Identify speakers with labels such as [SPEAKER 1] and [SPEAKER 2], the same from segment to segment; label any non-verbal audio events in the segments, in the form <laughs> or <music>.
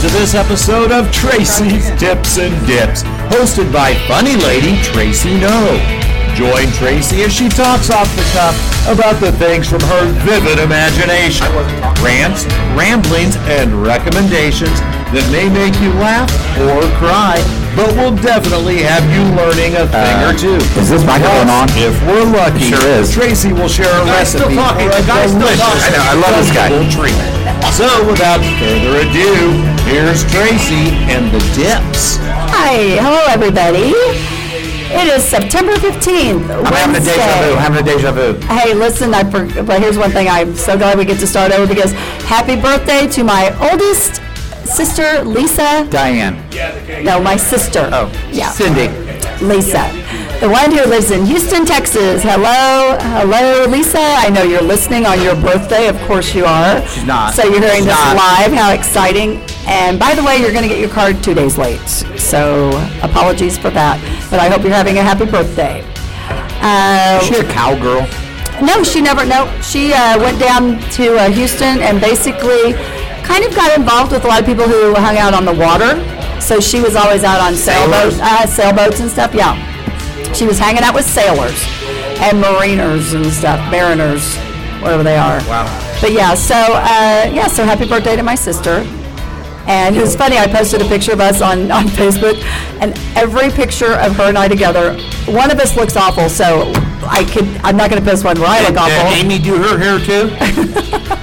[SPEAKER 1] to this episode of Tracy's Tips and Dips, hosted by funny lady Tracy No. Join Tracy as she talks off the cuff about the things from her vivid imagination, rants, ramblings, and recommendations that may make you laugh or cry, but will definitely have you learning a thing or two.
[SPEAKER 2] Uh, Is this microphone on?
[SPEAKER 1] If we're lucky,
[SPEAKER 2] Sure is.
[SPEAKER 1] Tracy will share a
[SPEAKER 3] guy's still
[SPEAKER 1] recipe for
[SPEAKER 3] talking. The
[SPEAKER 1] a
[SPEAKER 3] guy's still
[SPEAKER 1] delicious
[SPEAKER 2] I
[SPEAKER 3] talking.
[SPEAKER 2] know, I love this guy.
[SPEAKER 1] vegetable treatment. So, without further ado, here's Tracy and the dips.
[SPEAKER 4] Hi, hello everybody. It is September 15th,
[SPEAKER 2] I'm having a deja vu. I'm
[SPEAKER 4] Wednesday.
[SPEAKER 2] having a deja vu.
[SPEAKER 4] Hey, listen, I for, but here's one thing I'm so glad we get to start over because happy birthday to my oldest sister, Lisa.
[SPEAKER 2] Diane.
[SPEAKER 4] No, my sister.
[SPEAKER 2] Oh.
[SPEAKER 4] Yeah.
[SPEAKER 2] Cindy.
[SPEAKER 4] Lisa. The one who lives in Houston, Texas. Hello, hello, Lisa. I know you're listening on your birthday. Of course you are. She's
[SPEAKER 2] not.
[SPEAKER 4] So you're hearing
[SPEAKER 2] She's
[SPEAKER 4] this
[SPEAKER 2] not.
[SPEAKER 4] live. How exciting! And by the way, you're going to get your card two days late. So apologies for that. But I hope you're having a happy birthday. Um,
[SPEAKER 2] Is she a cowgirl?
[SPEAKER 4] no, she never. No, she uh, went down to uh, Houston and basically kind of got involved with a lot of people who hung out on the water. So she was always out on sailboats,
[SPEAKER 2] Sailors?
[SPEAKER 4] uh, sailboats and stuff. Yeah, she was hanging out with sailors and mariners and stuff, mariners, whatever they are.
[SPEAKER 2] Wow.
[SPEAKER 4] But yeah, so uh, yeah, so happy birthday to my sister. And it was funny, I posted a picture of us on, <laughs> on Facebook, and every picture of her and I together, one of us looks awful, so I could, I'm not going to post one where I look awful.
[SPEAKER 2] Amy do her hair too?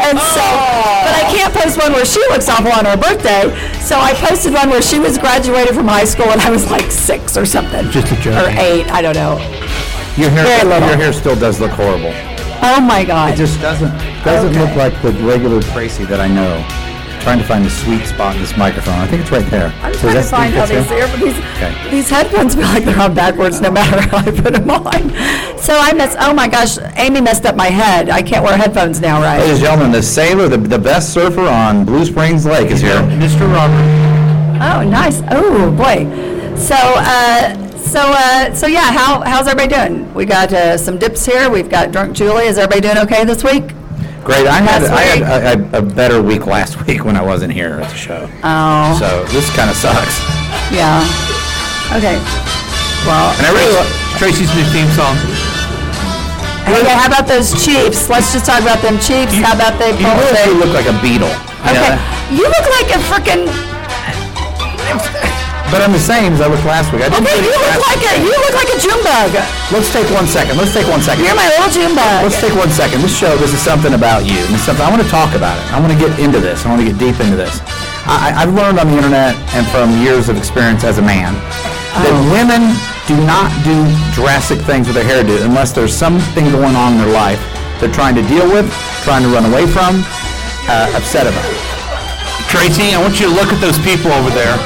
[SPEAKER 4] And so,
[SPEAKER 2] Oh.
[SPEAKER 4] but I can't post one where she looks awful on her birthday, so I posted one where she was graduated from high school and I was like six or something.
[SPEAKER 2] Just a joke.
[SPEAKER 4] Or eight, I don't know.
[SPEAKER 2] <laughs> Your hair,
[SPEAKER 4] Very little.
[SPEAKER 2] your hair still does look horrible.
[SPEAKER 4] Oh my God.
[SPEAKER 2] Just doesn't doesn't look like the regular Tracy that I know. trying to find the sweet spot in this microphone. I think it's right there.
[SPEAKER 4] I'm trying to find how these ear, these,
[SPEAKER 2] Okay.
[SPEAKER 4] these headphones feel like they're on backwards no matter how I put them on. So I messed, oh my gosh, Amy messed up my head. I can't wear headphones now, right?
[SPEAKER 2] Ladies and gentlemen, the sailor, the, the best surfer on Blue Springs Lake is here. Mr. Robert.
[SPEAKER 4] Oh, nice. Oh, boy. So, uh, so, uh, so yeah, how, how's everybody doing? We got, uh, some dips here. We've got Drunk Julie. Is everybody doing okay this week?
[SPEAKER 2] Great. I had,
[SPEAKER 4] Last
[SPEAKER 2] I had a, a, a better week last <laughs> week when I wasn't here at the show.
[SPEAKER 4] Oh,
[SPEAKER 2] So this kind of sucks.
[SPEAKER 4] yeah. Okay. Well,
[SPEAKER 2] And I really, lo-
[SPEAKER 3] Tracy's new theme song.
[SPEAKER 4] okay, how about those Chiefs? Let's just talk about them Chiefs. How about they?
[SPEAKER 2] you
[SPEAKER 4] both-
[SPEAKER 2] really look like a beetle. you know?
[SPEAKER 4] Oh, Okay. You look like a freaking.
[SPEAKER 2] But I'm the same as I looked last week. I didn't
[SPEAKER 4] Okay,
[SPEAKER 2] really
[SPEAKER 4] you look
[SPEAKER 2] last
[SPEAKER 4] like a you look like a June bug.
[SPEAKER 2] Let's take one second. Let's take one second.
[SPEAKER 4] You're my little June bug.
[SPEAKER 2] Let's take one second. This show, this is something about you. It's something I want to talk about it. I want to get into this. I want to get deep into this. I, I- I've learned on the internet and from years of experience as a man that
[SPEAKER 3] Oh.
[SPEAKER 2] women do not do drastic things with their hairdo unless there's something going on in their life they're trying to deal with, trying to run away from, uh, upset about.
[SPEAKER 3] Tracy, I want you to look at those people over there,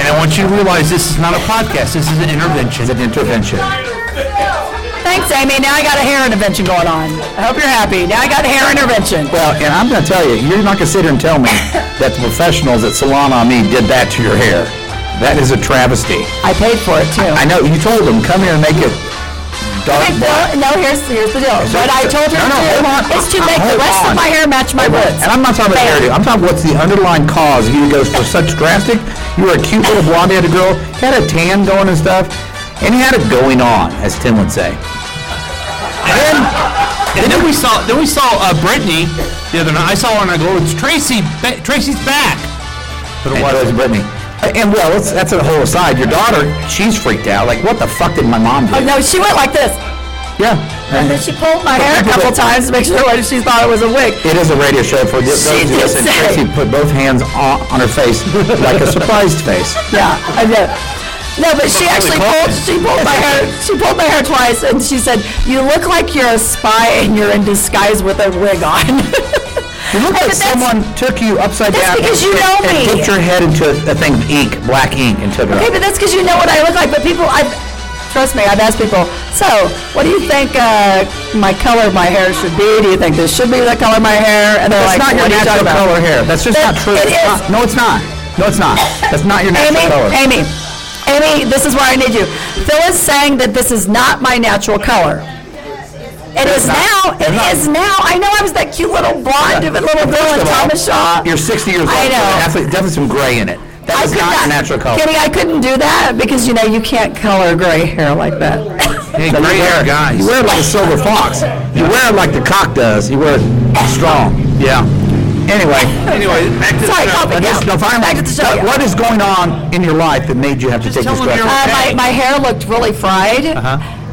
[SPEAKER 3] and I want you to realize this is not a podcast. This is an intervention.
[SPEAKER 2] It's an intervention.
[SPEAKER 4] Thanks, Amy. Now I got a hair intervention going on. I hope you're happy. Now I got a hair intervention.
[SPEAKER 2] Well, and I'm going to tell you, you're not going to sit here and tell
[SPEAKER 4] <laughs>
[SPEAKER 2] me that the professionals at Salon on Me did that to your hair. That is a travesty.
[SPEAKER 4] I paid for it too.
[SPEAKER 2] I know you told them come here and make it dark
[SPEAKER 4] Okay,
[SPEAKER 2] black.
[SPEAKER 4] no, no, here's here's the deal. What I told her
[SPEAKER 2] No,
[SPEAKER 4] to
[SPEAKER 2] no, hold on.
[SPEAKER 4] do is to make
[SPEAKER 2] Hold
[SPEAKER 4] the rest
[SPEAKER 2] on.
[SPEAKER 4] of my hair match my roots.
[SPEAKER 2] And I'm not talking about
[SPEAKER 4] Bam.
[SPEAKER 2] hairdo. I'm talking what's the underlying cause. You goes for such drastic. You were a cute little blonde-headed girl, had a tan going and stuff, and you had it going on, as Tim would say.
[SPEAKER 3] And then we saw, then we saw uh, Brittany the other night. I saw her and I go, "It's Tracy. Ba- Tracy's back." But it
[SPEAKER 2] Why was
[SPEAKER 3] wasn't.
[SPEAKER 2] Brittany? And well, that's, that's a whole aside. Your daughter, she's freaked out. Like, what the fuck did my mom do?
[SPEAKER 4] Oh, no, she went like this.
[SPEAKER 2] Yeah.
[SPEAKER 4] And then she pulled my hair a couple times to make sure whether she thought it was a wig.
[SPEAKER 2] It is a radio show for those
[SPEAKER 4] She
[SPEAKER 2] who
[SPEAKER 4] did
[SPEAKER 2] listen.
[SPEAKER 4] say-
[SPEAKER 2] Tracy put both hands on, on her face like a surprised face.
[SPEAKER 4] Yeah, I did. No, but she actually pulled, she pulled my
[SPEAKER 2] <laughs>
[SPEAKER 4] hair, she pulled my hair twice and she said, you look like you're a spy and you're in disguise with a wig on. <laughs>
[SPEAKER 2] You look
[SPEAKER 4] <laughs> Hey,
[SPEAKER 2] like
[SPEAKER 4] but that's-
[SPEAKER 2] someone took you upside
[SPEAKER 4] That's
[SPEAKER 2] down
[SPEAKER 4] because you
[SPEAKER 2] and,
[SPEAKER 4] know
[SPEAKER 2] and
[SPEAKER 4] me.
[SPEAKER 2] dipped your head into a, a thing of ink, black ink, and took it
[SPEAKER 4] Okay,
[SPEAKER 2] off.
[SPEAKER 4] but that's because you know what I look like, but people, I've, trust me, I've asked people, so, what do you think, uh, my color of my hair should be? Do you think this should be the color of my hair? And they're
[SPEAKER 2] That's not
[SPEAKER 4] like,
[SPEAKER 2] your
[SPEAKER 4] what are you
[SPEAKER 2] natural
[SPEAKER 4] talking about?
[SPEAKER 2] color hair. That's just
[SPEAKER 4] That-
[SPEAKER 2] not true.
[SPEAKER 4] it
[SPEAKER 2] It's
[SPEAKER 4] is.
[SPEAKER 2] not- no, it's not. No, it's not. That's not your natural
[SPEAKER 4] Amy,
[SPEAKER 2] color.
[SPEAKER 4] Amy, Amy, this is where I need you. Phyllis saying that this is not my natural color. It is now, it is now. I know I was that cute little blonde of a little girl
[SPEAKER 2] First
[SPEAKER 4] in
[SPEAKER 2] of all,
[SPEAKER 4] Thomas Shaw.
[SPEAKER 2] You're 60 years old. so
[SPEAKER 4] I know.
[SPEAKER 2] That's like- definitely some gray in it.
[SPEAKER 4] I
[SPEAKER 2] That is
[SPEAKER 4] could
[SPEAKER 2] not a natural color.
[SPEAKER 4] Kenny, I couldn't do that because, you know, you can't color gray hair like <laughs> that.
[SPEAKER 2] Hey, gray hair, guys. You wear it like a silver fox. You wear it like the cock does. You wear it strong. Yeah. Anyway.
[SPEAKER 3] Anyway, back to
[SPEAKER 4] Sorry,
[SPEAKER 3] the show.
[SPEAKER 4] Papa.
[SPEAKER 2] But
[SPEAKER 4] Yeah.
[SPEAKER 2] this- no, finally,
[SPEAKER 4] Back to the show,
[SPEAKER 2] what-
[SPEAKER 4] yeah.
[SPEAKER 2] What is going on in your life that made you have to
[SPEAKER 3] Just
[SPEAKER 2] take this
[SPEAKER 3] tell
[SPEAKER 2] dress?
[SPEAKER 3] them you're-
[SPEAKER 4] Uh, my,
[SPEAKER 3] Okay.
[SPEAKER 4] my hair looked really fried.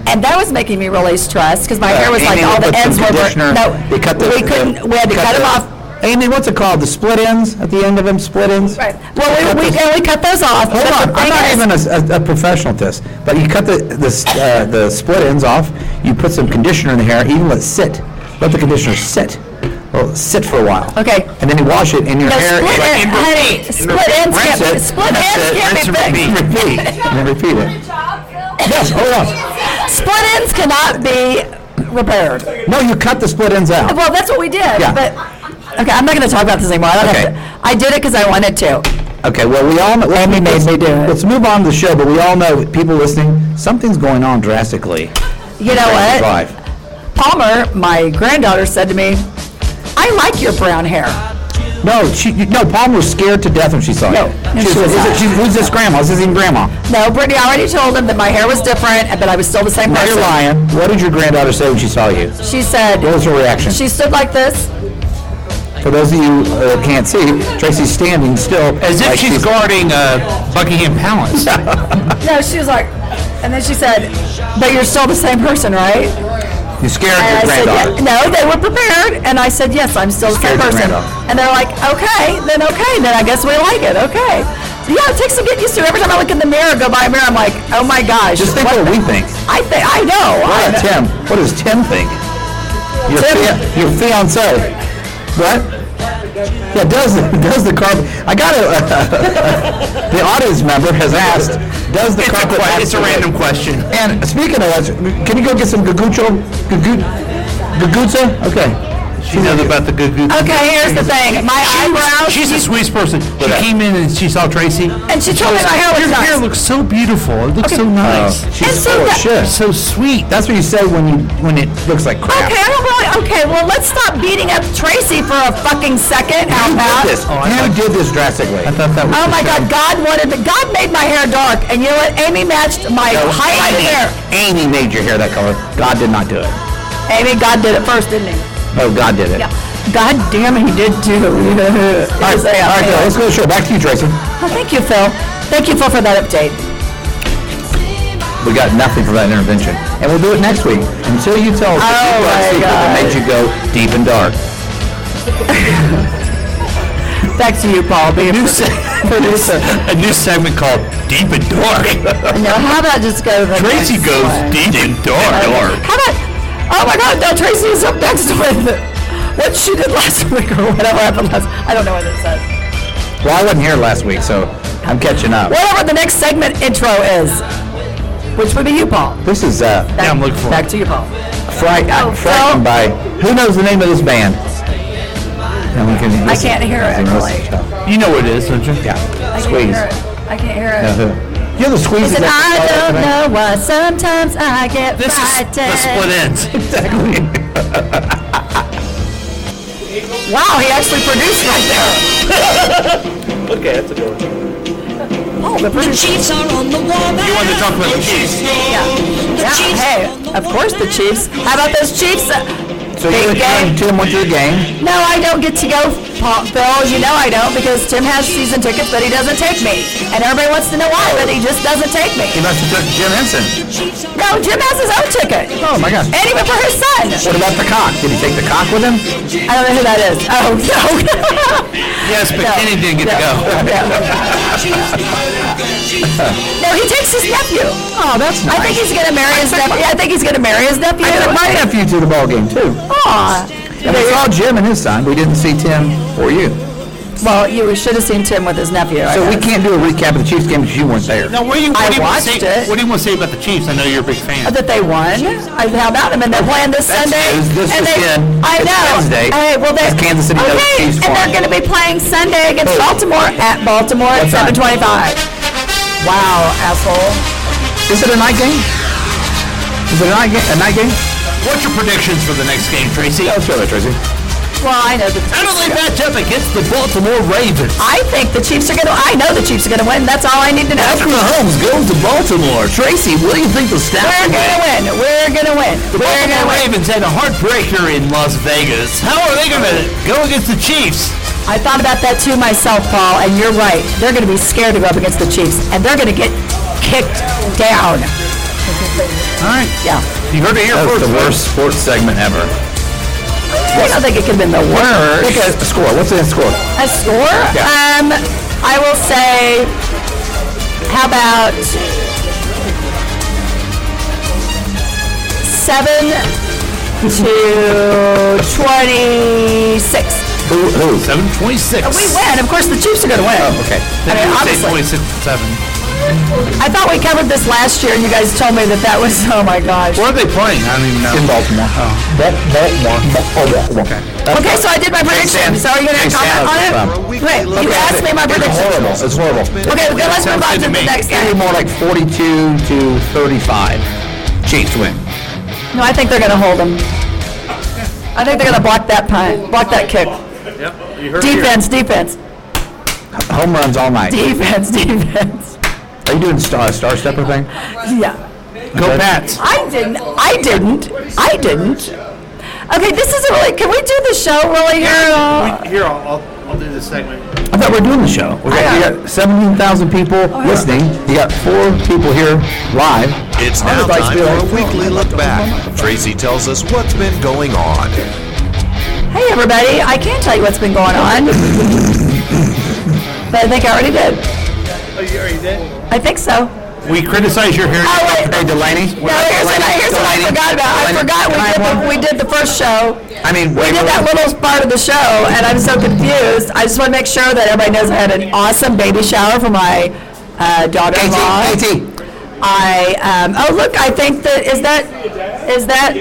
[SPEAKER 4] And that was making me really stressed because my hair was like
[SPEAKER 2] Uh-huh. Uh, Amy
[SPEAKER 4] all the
[SPEAKER 2] put some
[SPEAKER 4] ends were burnt.
[SPEAKER 2] conditioner.
[SPEAKER 4] No,
[SPEAKER 2] They cut the.
[SPEAKER 4] we couldn't. We had to cut
[SPEAKER 2] the-
[SPEAKER 4] them off.
[SPEAKER 2] Amy, what's it called? The split ends at the end of them, split ends?
[SPEAKER 4] Right. Well, we, we, and we cut those off.
[SPEAKER 2] Hold
[SPEAKER 4] but the
[SPEAKER 2] on, I'm
[SPEAKER 4] thing
[SPEAKER 2] not
[SPEAKER 4] is-
[SPEAKER 2] even a, a- a professional at this, but you cut the, the, s- uh, the split ends off, you put some conditioner in the hair, even let it sit, let the conditioner sit, well, sit for a while.
[SPEAKER 4] Okay.
[SPEAKER 2] And then you wash it, and your
[SPEAKER 4] No,
[SPEAKER 2] hair
[SPEAKER 4] split
[SPEAKER 2] is
[SPEAKER 4] ends, honey. Split ends
[SPEAKER 2] rinse
[SPEAKER 4] can't be,
[SPEAKER 2] it,
[SPEAKER 4] split
[SPEAKER 2] rinse
[SPEAKER 4] ends
[SPEAKER 2] it,
[SPEAKER 4] can't
[SPEAKER 2] rinse
[SPEAKER 4] be
[SPEAKER 2] and
[SPEAKER 4] fixed.
[SPEAKER 2] repeat, repeat, and then repeat it. Yes, hold on.
[SPEAKER 4] Split ends cannot be repaired.
[SPEAKER 2] No, you cut the split ends out.
[SPEAKER 4] Well, that's what we did,
[SPEAKER 2] Yeah.
[SPEAKER 4] but, okay, I'm not going to talk about this anymore. I don't
[SPEAKER 2] Okay.
[SPEAKER 4] have to- I did it because I wanted to.
[SPEAKER 2] Okay, well, we all, know- well, I mean, let's,
[SPEAKER 4] they do it.
[SPEAKER 2] let's move on to the show, but we all know, people listening, something's going on drastically.
[SPEAKER 4] You know
[SPEAKER 2] in
[SPEAKER 4] what?
[SPEAKER 2] your life.
[SPEAKER 4] Palmer, my granddaughter, said to me, I like your brown hair.
[SPEAKER 2] No, she, no, Palm was scared to death when she saw
[SPEAKER 4] No,
[SPEAKER 2] you.
[SPEAKER 4] no,
[SPEAKER 2] she
[SPEAKER 4] she was
[SPEAKER 2] is
[SPEAKER 4] not.
[SPEAKER 2] it, she, who's this grandma? This isn't grandma.
[SPEAKER 4] No, Brittany, I already told him that my hair was different, but I was still the same
[SPEAKER 2] Now
[SPEAKER 4] person.
[SPEAKER 2] you're lying. What did your granddaughter say when she saw you?
[SPEAKER 4] She said,
[SPEAKER 2] What was her reaction?
[SPEAKER 4] she stood like this.
[SPEAKER 2] For those of you uh, that can't see, Tracy's standing still.
[SPEAKER 3] As if
[SPEAKER 2] like
[SPEAKER 3] she's guarding uh, Buckingham
[SPEAKER 2] <laughs>
[SPEAKER 3] Palace.
[SPEAKER 4] No, she was like, and then she said, but you're still the same person, right?
[SPEAKER 2] You scared
[SPEAKER 4] And Uh, I
[SPEAKER 2] your
[SPEAKER 4] said,
[SPEAKER 2] granddaughter.
[SPEAKER 4] "Yeah." no, they were prepared. And I said, yes, I'm still the
[SPEAKER 2] Scared
[SPEAKER 4] same
[SPEAKER 2] your
[SPEAKER 4] person.
[SPEAKER 2] granddaughter.
[SPEAKER 4] And they're like, okay, then okay, then I guess we like it, okay. Yeah, it takes some getting used to. Every time I look in the mirror, go by a mirror, I'm like, oh my gosh.
[SPEAKER 2] Just think what we think.
[SPEAKER 4] I think, I know.
[SPEAKER 2] What
[SPEAKER 4] I
[SPEAKER 2] about
[SPEAKER 4] know.
[SPEAKER 2] Tim? What does Tim think? Your,
[SPEAKER 4] Tim-
[SPEAKER 2] fia- your fiance. What? Yeah, does does the carpet? I got a. <laughs> the audience member has asked, does the
[SPEAKER 3] It's a,
[SPEAKER 2] carpet?
[SPEAKER 3] que-
[SPEAKER 2] have
[SPEAKER 3] it's a
[SPEAKER 2] to wait?
[SPEAKER 3] random question.
[SPEAKER 2] And speaking of that, can you go get some gagucho? Gagu, gagucha? Okay.
[SPEAKER 3] She knows about the good good.
[SPEAKER 4] Okay, here's the thing. My eyebrows,
[SPEAKER 3] She's the sweetest person. She
[SPEAKER 2] Okay.
[SPEAKER 3] came in and she saw Tracy.
[SPEAKER 4] and she told me my hair
[SPEAKER 3] Your
[SPEAKER 4] was
[SPEAKER 3] hair
[SPEAKER 4] nice.
[SPEAKER 3] looks so beautiful. It looks so nice.
[SPEAKER 2] Oh, she's
[SPEAKER 4] And so
[SPEAKER 2] full of
[SPEAKER 4] that-
[SPEAKER 2] shit.
[SPEAKER 3] so sweet.
[SPEAKER 2] That's what you say when you when it looks like crap.
[SPEAKER 4] Okay, I don't really, okay, well, let's stop beating up Tracy for a fucking second, how about?
[SPEAKER 2] This,
[SPEAKER 3] Oh, I
[SPEAKER 2] you
[SPEAKER 3] thought-
[SPEAKER 2] did this drastically. I thought that
[SPEAKER 4] Oh my God, God wanted, to- God made my hair dark, and you know what? Amy matched my highlight hair.
[SPEAKER 2] Amy made your hair that color. God did not do it.
[SPEAKER 4] Amy, God did it first, didn't he?
[SPEAKER 2] Oh, God did it.
[SPEAKER 4] Yeah. God damn it, he did too. <laughs>
[SPEAKER 2] All right, all right, Phil, let's go to the show. Back to you, Tracy.
[SPEAKER 4] Well, thank you, Phil. Thank you, Phil, for that update.
[SPEAKER 2] We got nothing for that intervention, and we'll do it next week until you tell us
[SPEAKER 4] Oh
[SPEAKER 2] the
[SPEAKER 4] my
[SPEAKER 2] secret that
[SPEAKER 4] God.
[SPEAKER 2] made you go deep and dark.
[SPEAKER 4] Back to you, Paul. Be a
[SPEAKER 2] <laughs> Producer.
[SPEAKER 3] A new segment called Deep and Dark.
[SPEAKER 4] Now, how about just go to the
[SPEAKER 3] Tracy
[SPEAKER 4] next
[SPEAKER 3] goes
[SPEAKER 4] one?
[SPEAKER 3] deep and dark.
[SPEAKER 4] How about, oh my God, now Tracy is up next <laughs> with what she did last week or whatever happened last, I don't know what it says.
[SPEAKER 2] Well, I wasn't here last week, so I'm catching up.
[SPEAKER 4] Whatever the next segment intro is, which would be you, Paul.
[SPEAKER 2] This is uh,
[SPEAKER 4] Back-
[SPEAKER 3] I'm looking for
[SPEAKER 4] Back to you, Paul.
[SPEAKER 2] fright,
[SPEAKER 4] Oh,
[SPEAKER 2] I'm frightened by who knows the name of this band. No one can listen.
[SPEAKER 4] can't hear it, actually.
[SPEAKER 3] You know what it is, don't you?
[SPEAKER 2] Yeah,
[SPEAKER 4] I
[SPEAKER 2] squeeze.
[SPEAKER 4] can't hear it. I can't hear it.
[SPEAKER 2] Uh-huh. You're the squeeze.
[SPEAKER 4] Listen, I don't know why sometimes I get
[SPEAKER 3] This is
[SPEAKER 4] frightened.
[SPEAKER 3] the split ends.
[SPEAKER 4] Wow, he actually produced right there. okay, that's a good one. <laughs> Oh, the
[SPEAKER 5] The
[SPEAKER 4] producer.
[SPEAKER 5] Chiefs are on the wall. You
[SPEAKER 3] wanted to talk about the Chiefs.
[SPEAKER 5] The
[SPEAKER 4] Yeah,
[SPEAKER 5] Chiefs
[SPEAKER 4] hey,
[SPEAKER 5] are on the
[SPEAKER 4] of
[SPEAKER 5] wall
[SPEAKER 4] course the
[SPEAKER 5] now.
[SPEAKER 4] Chiefs. How about those Chiefs? Uh,
[SPEAKER 2] So you
[SPEAKER 4] Big
[SPEAKER 2] and
[SPEAKER 4] game.
[SPEAKER 2] Tim went to the game.
[SPEAKER 4] No, I don't get to go, Paul, Phil. You know I don't because Tim has season tickets, but he doesn't take me. And everybody wants to know why, but he just doesn't take me.
[SPEAKER 2] He must have took Jim Henson.
[SPEAKER 5] The Chiefs are
[SPEAKER 4] No, Jim has his own ticket.
[SPEAKER 2] Oh my gosh.
[SPEAKER 4] And even for his son.
[SPEAKER 2] What about the cock? Did he take the cock with him?
[SPEAKER 4] I don't know who that is. Oh, <laughs> no.
[SPEAKER 3] Yes, but
[SPEAKER 4] No.
[SPEAKER 3] Kenny didn't get
[SPEAKER 2] <laughs>
[SPEAKER 3] to go.
[SPEAKER 4] no, he takes his nephew.
[SPEAKER 2] Oh, that's
[SPEAKER 4] I think he's gonna marry his nephew. I think he's gonna marry his nephew.
[SPEAKER 2] I took my nephew to the ball game too.
[SPEAKER 4] Aw.
[SPEAKER 2] And we saw Jim and his son. We didn't see Tim or you.
[SPEAKER 4] Well, you should have seen Tim with his nephew. I
[SPEAKER 2] So we
[SPEAKER 4] guess.
[SPEAKER 2] can't do a recap of the Chiefs game because you weren't there.
[SPEAKER 3] Now, what do you, what
[SPEAKER 4] I
[SPEAKER 3] do you want to
[SPEAKER 4] watched
[SPEAKER 3] say?
[SPEAKER 4] it.
[SPEAKER 3] What do you want to say about the Chiefs? I know you're a big fan.
[SPEAKER 4] that they won. I, how about them? And they're playing this Sunday.
[SPEAKER 2] this
[SPEAKER 4] and they,
[SPEAKER 2] weekend.
[SPEAKER 4] I
[SPEAKER 2] It's
[SPEAKER 4] know.
[SPEAKER 2] Wednesday.
[SPEAKER 4] Hey, well, they
[SPEAKER 2] It's Kansas City
[SPEAKER 4] Okay,
[SPEAKER 2] does Chiefs won.
[SPEAKER 4] and they're going to be playing Sunday against Baltimore at Baltimore at
[SPEAKER 2] What time?
[SPEAKER 4] 7:25. Wow, asshole.
[SPEAKER 2] Is it a night game? Is it a night game? A night game?
[SPEAKER 3] What's your predictions for the next game, Tracy?
[SPEAKER 2] Let's go there, Tracy.
[SPEAKER 4] Well, I know the.
[SPEAKER 3] How do they match up against the Baltimore Ravens?
[SPEAKER 4] I think the Chiefs are going to. I know the Chiefs are going to win. That's all I need to know.
[SPEAKER 2] Patrick Mahomes goes to Baltimore. Tracy, what do you think the stats
[SPEAKER 4] We're
[SPEAKER 2] are?
[SPEAKER 4] going to win. We're going to win. We're going to
[SPEAKER 3] Baltimore
[SPEAKER 4] win.
[SPEAKER 3] Ravens had a heartbreaker in Las Vegas. How are they going to go against the Chiefs?
[SPEAKER 4] I thought about that too myself, Paul, and you're right. They're going to be scared to go up against the Chiefs, and they're going to get kicked down.
[SPEAKER 2] All right.
[SPEAKER 4] Yeah.
[SPEAKER 2] You heard it here
[SPEAKER 1] first,
[SPEAKER 2] That's the
[SPEAKER 1] folks.
[SPEAKER 2] worst sports segment ever.
[SPEAKER 4] I don't think it could have been the worst.
[SPEAKER 2] Pick a score. What's the score?
[SPEAKER 4] A score?
[SPEAKER 2] Yeah.
[SPEAKER 4] Um, I will say, how about seven to twenty-six?
[SPEAKER 2] Who? Who?
[SPEAKER 3] 726.
[SPEAKER 4] We win. Of course, the Chiefs are going to win.
[SPEAKER 2] Oh, okay.
[SPEAKER 4] I mean,
[SPEAKER 3] 26
[SPEAKER 4] obviously.
[SPEAKER 3] 7.
[SPEAKER 4] I thought we covered this last year, and you guys told me that that was. <laughs> Oh my gosh.
[SPEAKER 3] Where are they playing? I don't even know.
[SPEAKER 2] In Baltimore. Oh. Baltimore. Baltimore. Okay.
[SPEAKER 4] Okay, so I did my prediction. So are you going to
[SPEAKER 2] Thanks,
[SPEAKER 4] comment
[SPEAKER 2] Dan.
[SPEAKER 4] on it? Wait, you asked me my
[SPEAKER 2] It's
[SPEAKER 4] prediction.
[SPEAKER 2] horrible. It's horrible.
[SPEAKER 4] Okay, then let's move on to the next
[SPEAKER 2] It's
[SPEAKER 4] game.
[SPEAKER 2] more like 42 to 35. Chiefs win.
[SPEAKER 4] No, I think they're going to hold them. I think they're going to block that punt, block that kick. Defense, defense,
[SPEAKER 2] Home runs all night.
[SPEAKER 4] defense, <laughs> defense.
[SPEAKER 2] Are you doing star star stepper thing?
[SPEAKER 4] Yeah.
[SPEAKER 2] Go Pats.
[SPEAKER 4] I didn't. I didn't. I didn't. Okay, this is a really. Can we do the show really here? Uh,
[SPEAKER 6] Here, I'll, I'll, I'll do this segment.
[SPEAKER 2] I thought we were doing the show. We got, we got 17,000 people
[SPEAKER 4] Oh,
[SPEAKER 2] listening. You got four people here live.
[SPEAKER 1] It's
[SPEAKER 2] On
[SPEAKER 1] now
[SPEAKER 2] the Vice
[SPEAKER 1] time
[SPEAKER 2] Field.
[SPEAKER 1] for a weekly look back. Tracy tells us what's been going on.
[SPEAKER 4] Hey, everybody. I can tell you what's been going on, but I think I already did.
[SPEAKER 6] Oh, you already did?
[SPEAKER 4] I think so.
[SPEAKER 3] We criticize your hair.
[SPEAKER 4] Oh wait.
[SPEAKER 2] Hey, Delaney.
[SPEAKER 4] No, here's what I, here's what I forgot about. I forgot we did the, we did the first show.
[SPEAKER 2] I mean,
[SPEAKER 4] We did that little part of the show, and I'm so confused. I just want to make sure that everybody knows I had an awesome baby shower for my uh, daughter-in-law.
[SPEAKER 2] KT, KT.
[SPEAKER 4] I um, oh look, I think that is that is that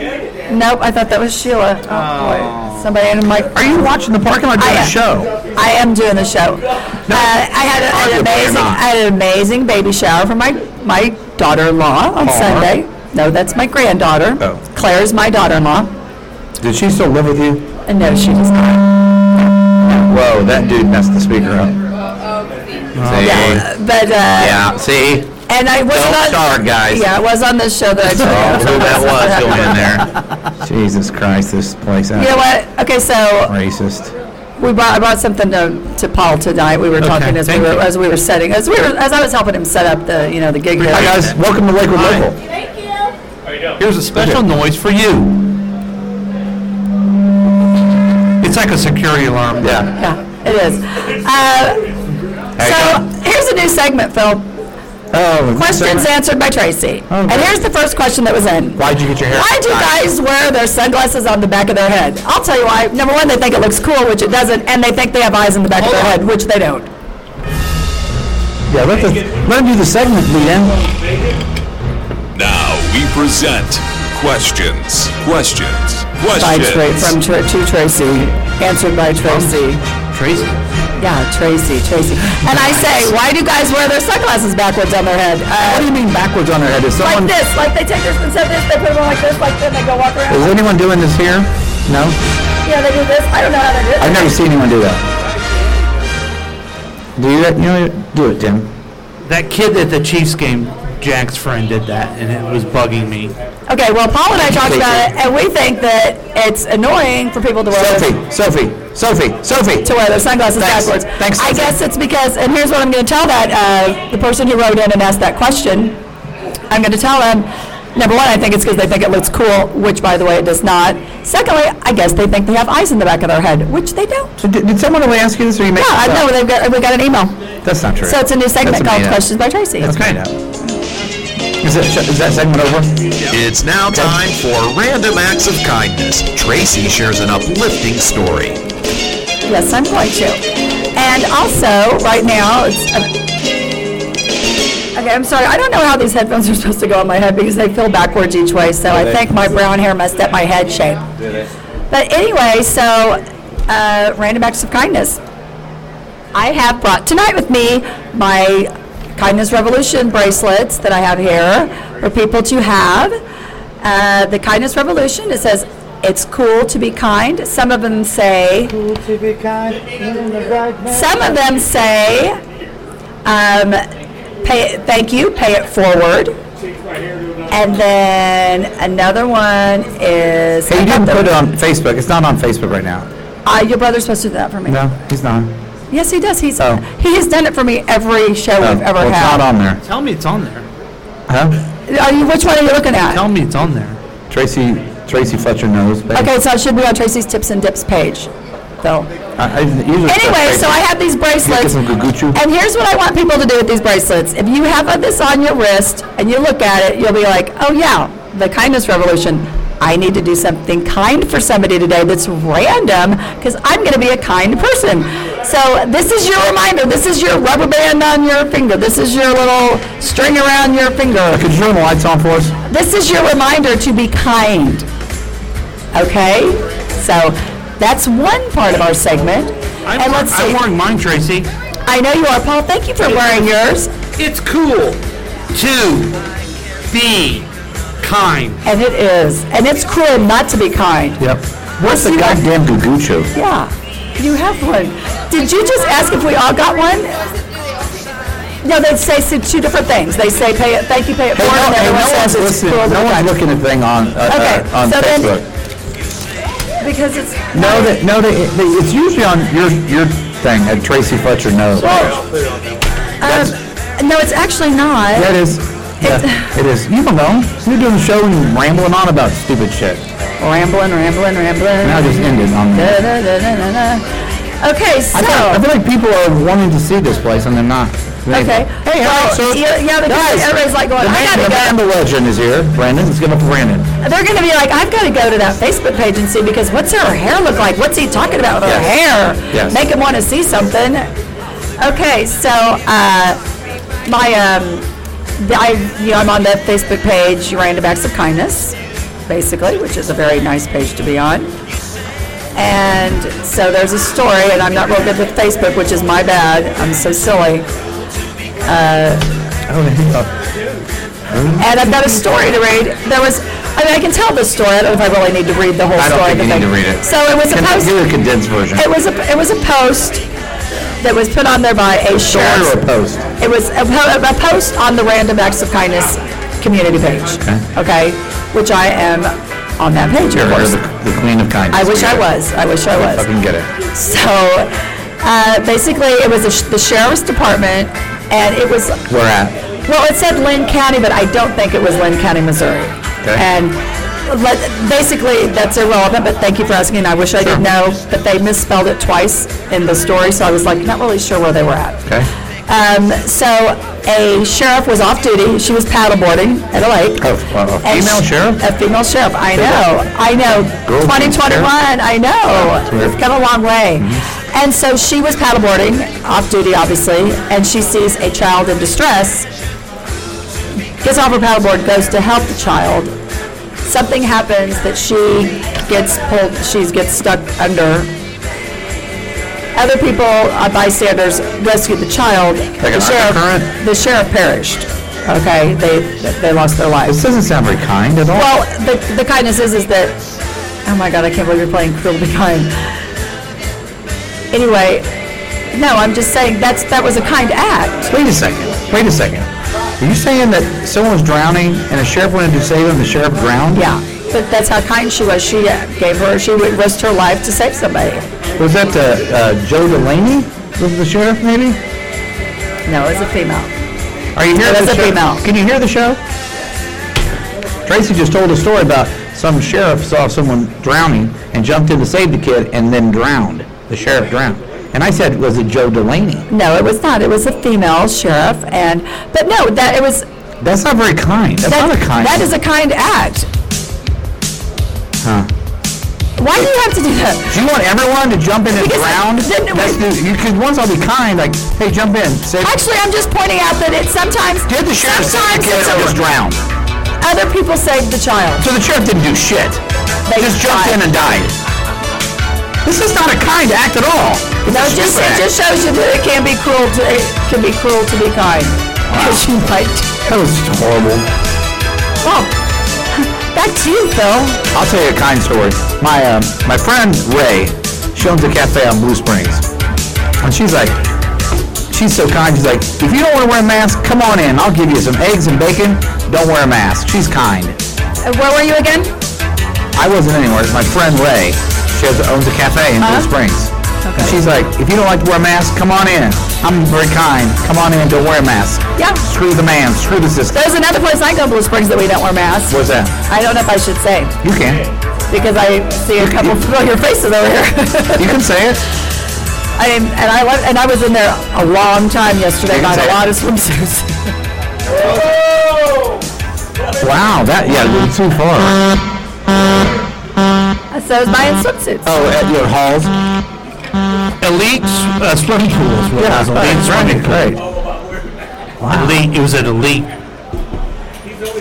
[SPEAKER 4] nope. I thought that was Sheila. Oh, boy. Somebody in my.
[SPEAKER 2] Are you watching the parking lot during
[SPEAKER 4] I
[SPEAKER 2] the
[SPEAKER 4] am.
[SPEAKER 2] show?
[SPEAKER 4] I am doing the show. uh, I had, a, an
[SPEAKER 2] arguably
[SPEAKER 4] amazing,
[SPEAKER 2] not.
[SPEAKER 4] I had an amazing baby shower for my my daughter-in-law on Sunday. No, that's my granddaughter.
[SPEAKER 2] Oh.
[SPEAKER 4] Claire is my daughter-in-law,
[SPEAKER 2] Did she still live with you?
[SPEAKER 4] and no, she does not.
[SPEAKER 2] Whoa, that dude messed the speaker up. See?
[SPEAKER 4] Oh, Yeah, but uh,
[SPEAKER 2] Yeah, see?
[SPEAKER 4] and I was
[SPEAKER 2] Don't
[SPEAKER 4] on.
[SPEAKER 2] start, guys.
[SPEAKER 4] Yeah, it was on this show that I told
[SPEAKER 2] Oh,
[SPEAKER 4] you.
[SPEAKER 2] who that was going in
[SPEAKER 4] <laughs>
[SPEAKER 2] there. Jesus Christ, this place
[SPEAKER 4] You know
[SPEAKER 2] is
[SPEAKER 4] what? Okay, so
[SPEAKER 2] racist.
[SPEAKER 4] We brought, I brought something to, to Paul tonight. We were talking as we
[SPEAKER 3] thank
[SPEAKER 4] were,
[SPEAKER 3] you.
[SPEAKER 4] as we were setting, as we were, as I was helping him set up the, you know, the gig. there.
[SPEAKER 2] Hi, guys. Welcome to Lakewood Local.
[SPEAKER 3] Here's a special noise for you. It's like a security alarm.
[SPEAKER 2] Yeah.
[SPEAKER 4] Yeah, it is. Uh, so here's a new segment, Phil.
[SPEAKER 2] Oh,
[SPEAKER 4] Questions answered by Tracy. And
[SPEAKER 2] great.
[SPEAKER 4] here's the first question that was in.
[SPEAKER 2] Why'd you get your hair?
[SPEAKER 4] Why do guys wear their sunglasses on the back of their head? I'll tell you why. Number one, they think it looks cool, which it doesn't, and they think they have eyes in the back of their head, which they don't.
[SPEAKER 2] Yeah, let, the, let him do the segment lead in.
[SPEAKER 7] Now we present questions, questions,
[SPEAKER 4] By Tra-
[SPEAKER 7] questions.
[SPEAKER 4] from Tra- to Tracy, answered by Tracy.
[SPEAKER 3] Tracy.
[SPEAKER 4] Yeah, Tracy, Tracy. And I say, why do guys wear their sunglasses backwards on their head?
[SPEAKER 2] What do
[SPEAKER 4] Uh,
[SPEAKER 2] you mean backwards on their head? Is
[SPEAKER 4] like
[SPEAKER 2] someone?
[SPEAKER 4] this, like they take this and set this, they put them on like this, like then they go walk around.
[SPEAKER 2] Is anyone doing this here? No,
[SPEAKER 4] Yeah, they do this. I don't know how they do
[SPEAKER 2] I've
[SPEAKER 4] it.
[SPEAKER 2] never seen anyone do that. Do you? You know, do it, Tim.
[SPEAKER 3] That kid at the Chiefs game, Jack's friend did that, and it was bugging me.
[SPEAKER 4] Okay, well, Paul and I talked about it, and we think that it's annoying for people to wear their,
[SPEAKER 2] Sophie, Sophie, Sophie, Sophie.
[SPEAKER 4] to wear their sunglasses backwards.
[SPEAKER 2] Thanks,
[SPEAKER 4] I
[SPEAKER 2] Sophie.
[SPEAKER 4] guess it's because, and here's what I'm going to tell that uh, the person who wrote in and asked that question. I'm going to tell them. Number one, I think it's because they think it looks cool, which, by the way, it does not. Secondly, I guess they think they have eyes in the back of their head, which they don't.
[SPEAKER 2] So did, did someone really ask you this, or you made
[SPEAKER 4] Yeah, I
[SPEAKER 2] this
[SPEAKER 4] know,
[SPEAKER 2] up?
[SPEAKER 4] they've got, we got an email.
[SPEAKER 2] That's not true.
[SPEAKER 4] So it's a new segment
[SPEAKER 2] That's
[SPEAKER 4] called
[SPEAKER 2] made up.
[SPEAKER 4] Questions by Tracy.
[SPEAKER 2] That's made up. Is that, is that segment over?
[SPEAKER 1] It's now time for Random Acts of Kindness. Tracy shares an uplifting story.
[SPEAKER 4] Yes, I'm going to. And also, right now, it's, uh, okay, I'm sorry, I don't know how these headphones are supposed to go on my head because they feel backwards each way, so I think my brown hair messed up my head shape. But anyway, so, uh, random acts of kindness. I have brought tonight with me my Kindness Revolution bracelets that I have here for people to have. uh, the kindness revolution. It says it's cool to be kind. Some of them say some of them say, um, pay it, thank you, pay it forward. And then another one is.
[SPEAKER 2] Hey, you didn't put it on Facebook. It's not on Facebook right now.
[SPEAKER 4] Uh, your brother's supposed to do that for me.
[SPEAKER 2] No, he's not.
[SPEAKER 4] Yes, he does. He's
[SPEAKER 2] Oh.
[SPEAKER 4] he has done it for me every show I've ever
[SPEAKER 2] well, it's
[SPEAKER 4] had.
[SPEAKER 2] not on there.
[SPEAKER 6] Tell me it's on there.
[SPEAKER 2] Huh?
[SPEAKER 4] Are you, which one are you looking at?
[SPEAKER 6] Tell me it's on there.
[SPEAKER 2] Tracy, Tracy Fletcher knows. babe.
[SPEAKER 4] Okay, so it should be on Tracy's Tips and Dips page. So
[SPEAKER 2] I, I usually
[SPEAKER 4] anyway, so I have these bracelets.
[SPEAKER 2] some guguchu?
[SPEAKER 4] And here's what I want people to do with these bracelets. If you have uh, this on your wrist and you look at it, you'll be like, oh yeah, the kindness revolution. I need to do something kind for somebody today that's random because I'm going to be a kind person. So this is your reminder. This is your rubber band on your finger. This is your little string around your finger.
[SPEAKER 2] Could you turn the lights on for us?
[SPEAKER 4] This is your reminder to be kind. Okay? So that's one part of our segment.
[SPEAKER 3] I'm,
[SPEAKER 4] and Oh, let's see.
[SPEAKER 3] I'm wearing mine, Tracy.
[SPEAKER 4] I know you are, Paul. Thank you for wearing yours.
[SPEAKER 3] It's cool to be kind.
[SPEAKER 4] And it is. And it's cruel not to be kind.
[SPEAKER 2] Yep. Where's the
[SPEAKER 4] see that.
[SPEAKER 2] goddamn gugucho?
[SPEAKER 4] Yeah. You have one. Did you just ask if we all got one? No, they say s- two different things. They say pay it, thank you, pay it
[SPEAKER 2] Hey,
[SPEAKER 4] forward, and
[SPEAKER 2] hey,
[SPEAKER 4] everyone says it's
[SPEAKER 2] listening.
[SPEAKER 4] cruel to
[SPEAKER 2] No
[SPEAKER 4] be
[SPEAKER 2] one's
[SPEAKER 4] kind.
[SPEAKER 2] looking at thing on uh,
[SPEAKER 4] Okay,
[SPEAKER 2] uh, on
[SPEAKER 4] so then-
[SPEAKER 2] Facebook.
[SPEAKER 4] Because it's.
[SPEAKER 2] no, that no, that it's usually on your your thing. At Tracy Fletcher knows.
[SPEAKER 4] Um, no, it's actually not.
[SPEAKER 2] That is. Yeah, it is. You don't know. You're doing a show and you're rambling on about stupid shit.
[SPEAKER 4] Rambling, rambling, rambling.
[SPEAKER 2] Now just ended on
[SPEAKER 4] Da,
[SPEAKER 2] that.
[SPEAKER 4] da, da, da, da, da. Okay,
[SPEAKER 2] I
[SPEAKER 4] so.
[SPEAKER 2] feel, I feel like people are wanting to see this place and they're not. They-
[SPEAKER 4] Okay.
[SPEAKER 2] Hey,
[SPEAKER 4] Well,
[SPEAKER 2] well, so
[SPEAKER 4] yeah, yeah, because
[SPEAKER 2] guys,
[SPEAKER 4] everybody's like going,
[SPEAKER 2] the
[SPEAKER 4] "I
[SPEAKER 2] man,
[SPEAKER 4] gotta
[SPEAKER 2] the
[SPEAKER 4] go."
[SPEAKER 2] man, the legend is here. Brandon, let's give up for Brandon.
[SPEAKER 4] They're going to be like, I've got to go to that Facebook page and see because what's her hair look like? What's he talking about with her
[SPEAKER 2] Yes.
[SPEAKER 4] hair?
[SPEAKER 2] Yes.
[SPEAKER 4] Make him want to see something. Okay, so uh, my, um, the- I, you know, I'm on the Facebook page, Random Acts of Kindness, basically, which is a very nice page to be on. And so there's a story, and I'm not real good with Facebook, which is my bad. I'm so silly. Uh, And I've got a story to read. There was, I mean, I can tell the story. I don't know if I really need to read the whole
[SPEAKER 2] I don't
[SPEAKER 4] story.
[SPEAKER 2] think you
[SPEAKER 4] but
[SPEAKER 2] need
[SPEAKER 4] they-
[SPEAKER 2] to read it.
[SPEAKER 4] So it was a
[SPEAKER 2] Can
[SPEAKER 4] post.
[SPEAKER 2] do a condensed version.
[SPEAKER 4] It was a it was a post that was put on there by a
[SPEAKER 2] Story
[SPEAKER 4] sheriff's.
[SPEAKER 2] or a post?
[SPEAKER 4] It was a, po- a post on the Random Acts of Kindness community page. Okay. which I am on that page,
[SPEAKER 2] You're
[SPEAKER 4] of course.
[SPEAKER 2] the, the queen of kindness.
[SPEAKER 4] I wish
[SPEAKER 2] We
[SPEAKER 4] I
[SPEAKER 2] get it.
[SPEAKER 4] was. I wish I
[SPEAKER 2] We
[SPEAKER 4] was.
[SPEAKER 2] Fucking get it.
[SPEAKER 4] So uh, basically, it was a sh- the sheriff's department, and it was
[SPEAKER 2] We're at.
[SPEAKER 4] well, it said Lynn County, but I don't think it was Lynn County, Missouri.
[SPEAKER 2] Okay.
[SPEAKER 4] And let, basically, that's irrelevant, but thank you for asking. I wish I did know, but they misspelled it twice in the story, so I was like, not really sure where they were at.
[SPEAKER 2] Okay.
[SPEAKER 4] Um, so a sheriff was off duty. She was paddleboarding at a lake.
[SPEAKER 2] Oh, wow. A
[SPEAKER 4] And
[SPEAKER 2] female
[SPEAKER 4] she-
[SPEAKER 2] sheriff?
[SPEAKER 4] A female sheriff. I know. I know.
[SPEAKER 2] Girl being
[SPEAKER 4] 2021. I know.
[SPEAKER 2] weird.
[SPEAKER 4] We've come a long way.
[SPEAKER 2] Mm-hmm.
[SPEAKER 4] And so she was paddleboarding off duty, obviously, and she sees a child in distress. Gets off her paddleboard, goes to help the child. Something happens that she gets pulled. She gets stuck under. Other people, uh, bystanders, rescued the child.
[SPEAKER 2] Like an
[SPEAKER 4] the sheriff,
[SPEAKER 2] undercurrent?
[SPEAKER 4] the sheriff perished. Okay, they they lost their lives.
[SPEAKER 2] This doesn't sound very kind at all.
[SPEAKER 4] Well, the, the kindness is is that. Oh my God, I can't believe you're playing Cruel to Be Kind. Anyway, no, I'm just saying that's that was a kind act.
[SPEAKER 2] Wait a second. Wait a second. Are you saying that someone was drowning and a sheriff went in to save him? The sheriff drowned?
[SPEAKER 4] Yeah, but that's how kind she was. She uh, gave her, she would risked her life to save somebody.
[SPEAKER 2] Was that uh, uh, Joe Delaney? Was the sheriff maybe?
[SPEAKER 4] No, as a female.
[SPEAKER 2] Are you hearing
[SPEAKER 4] It was
[SPEAKER 2] the
[SPEAKER 4] a
[SPEAKER 2] show?
[SPEAKER 4] female.
[SPEAKER 2] Can you hear the show? Tracy just told a story about some sheriff saw someone drowning and jumped in to save the kid and then drowned. The sheriff drowned. And I said, was it Joe Delaney?
[SPEAKER 4] No, it was not. It was a female sheriff, and but no, that it was.
[SPEAKER 2] That's not very kind. That's
[SPEAKER 4] that,
[SPEAKER 2] not a kind.
[SPEAKER 4] That is a kind act.
[SPEAKER 2] Huh.
[SPEAKER 4] Why do you have to do that?
[SPEAKER 2] Do you want everyone to jump in and
[SPEAKER 4] Because
[SPEAKER 2] drown?
[SPEAKER 4] then-
[SPEAKER 2] Because once I'll be kind, like, hey, jump in. Save
[SPEAKER 4] Actually, I'm just pointing out that it sometimes.
[SPEAKER 2] Did the sheriff save the
[SPEAKER 4] sometimes
[SPEAKER 2] kid
[SPEAKER 4] it's
[SPEAKER 2] or
[SPEAKER 4] a-
[SPEAKER 2] was drowned?
[SPEAKER 4] Other people saved the child.
[SPEAKER 2] So the sheriff didn't do shit.
[SPEAKER 4] They
[SPEAKER 2] just jumped
[SPEAKER 4] died.
[SPEAKER 2] in and died. This is not a kind act at all. It's
[SPEAKER 4] No,
[SPEAKER 2] a
[SPEAKER 4] it just
[SPEAKER 2] stupid
[SPEAKER 4] it
[SPEAKER 2] act.
[SPEAKER 4] just shows you that it can be cruel to it can be cruel to be kind. Because you might.
[SPEAKER 2] That was horrible.
[SPEAKER 4] Well, <laughs> Back to you, Phil. Uh,
[SPEAKER 2] I'll tell you a kind story. My um, my friend Ray, she owns a cafe on Blue Springs, and she's like, she's so kind. She's like, if you don't want to wear a mask, come on in. I'll give you some eggs and bacon. Don't wear a mask. She's kind.
[SPEAKER 4] Uh, Where were you again?
[SPEAKER 2] I wasn't anywhere. It's my friend Ray. She has, owns a cafe in
[SPEAKER 4] Huh?
[SPEAKER 2] Blue Springs. And she's like, if you don't like to wear a mask, come on in. I'm very kind. Come on in. Don't wear a mask.
[SPEAKER 4] Yeah.
[SPEAKER 2] Screw the man. Screw the system.
[SPEAKER 4] There's another place I go, Blue Springs, that we don't wear masks.
[SPEAKER 2] What's that?
[SPEAKER 4] I don't know if I should say
[SPEAKER 2] You can.
[SPEAKER 4] because I see a couple familiar faces over here. <laughs>
[SPEAKER 2] You can say it.
[SPEAKER 4] I mean, and I went, and I was in there a long time yesterday
[SPEAKER 2] You can
[SPEAKER 4] buying a
[SPEAKER 2] say it.
[SPEAKER 4] lot of swimsuits. <laughs>
[SPEAKER 2] Wow. That yeah. a little Too far.
[SPEAKER 4] so I was buying swimsuits.
[SPEAKER 2] Oh, at your halls.
[SPEAKER 3] Elite uh, swimming pools.
[SPEAKER 2] Yeah,
[SPEAKER 3] Yeah,
[SPEAKER 2] right,
[SPEAKER 3] elite swimming pool.
[SPEAKER 2] right.
[SPEAKER 3] Elite. It was an elite.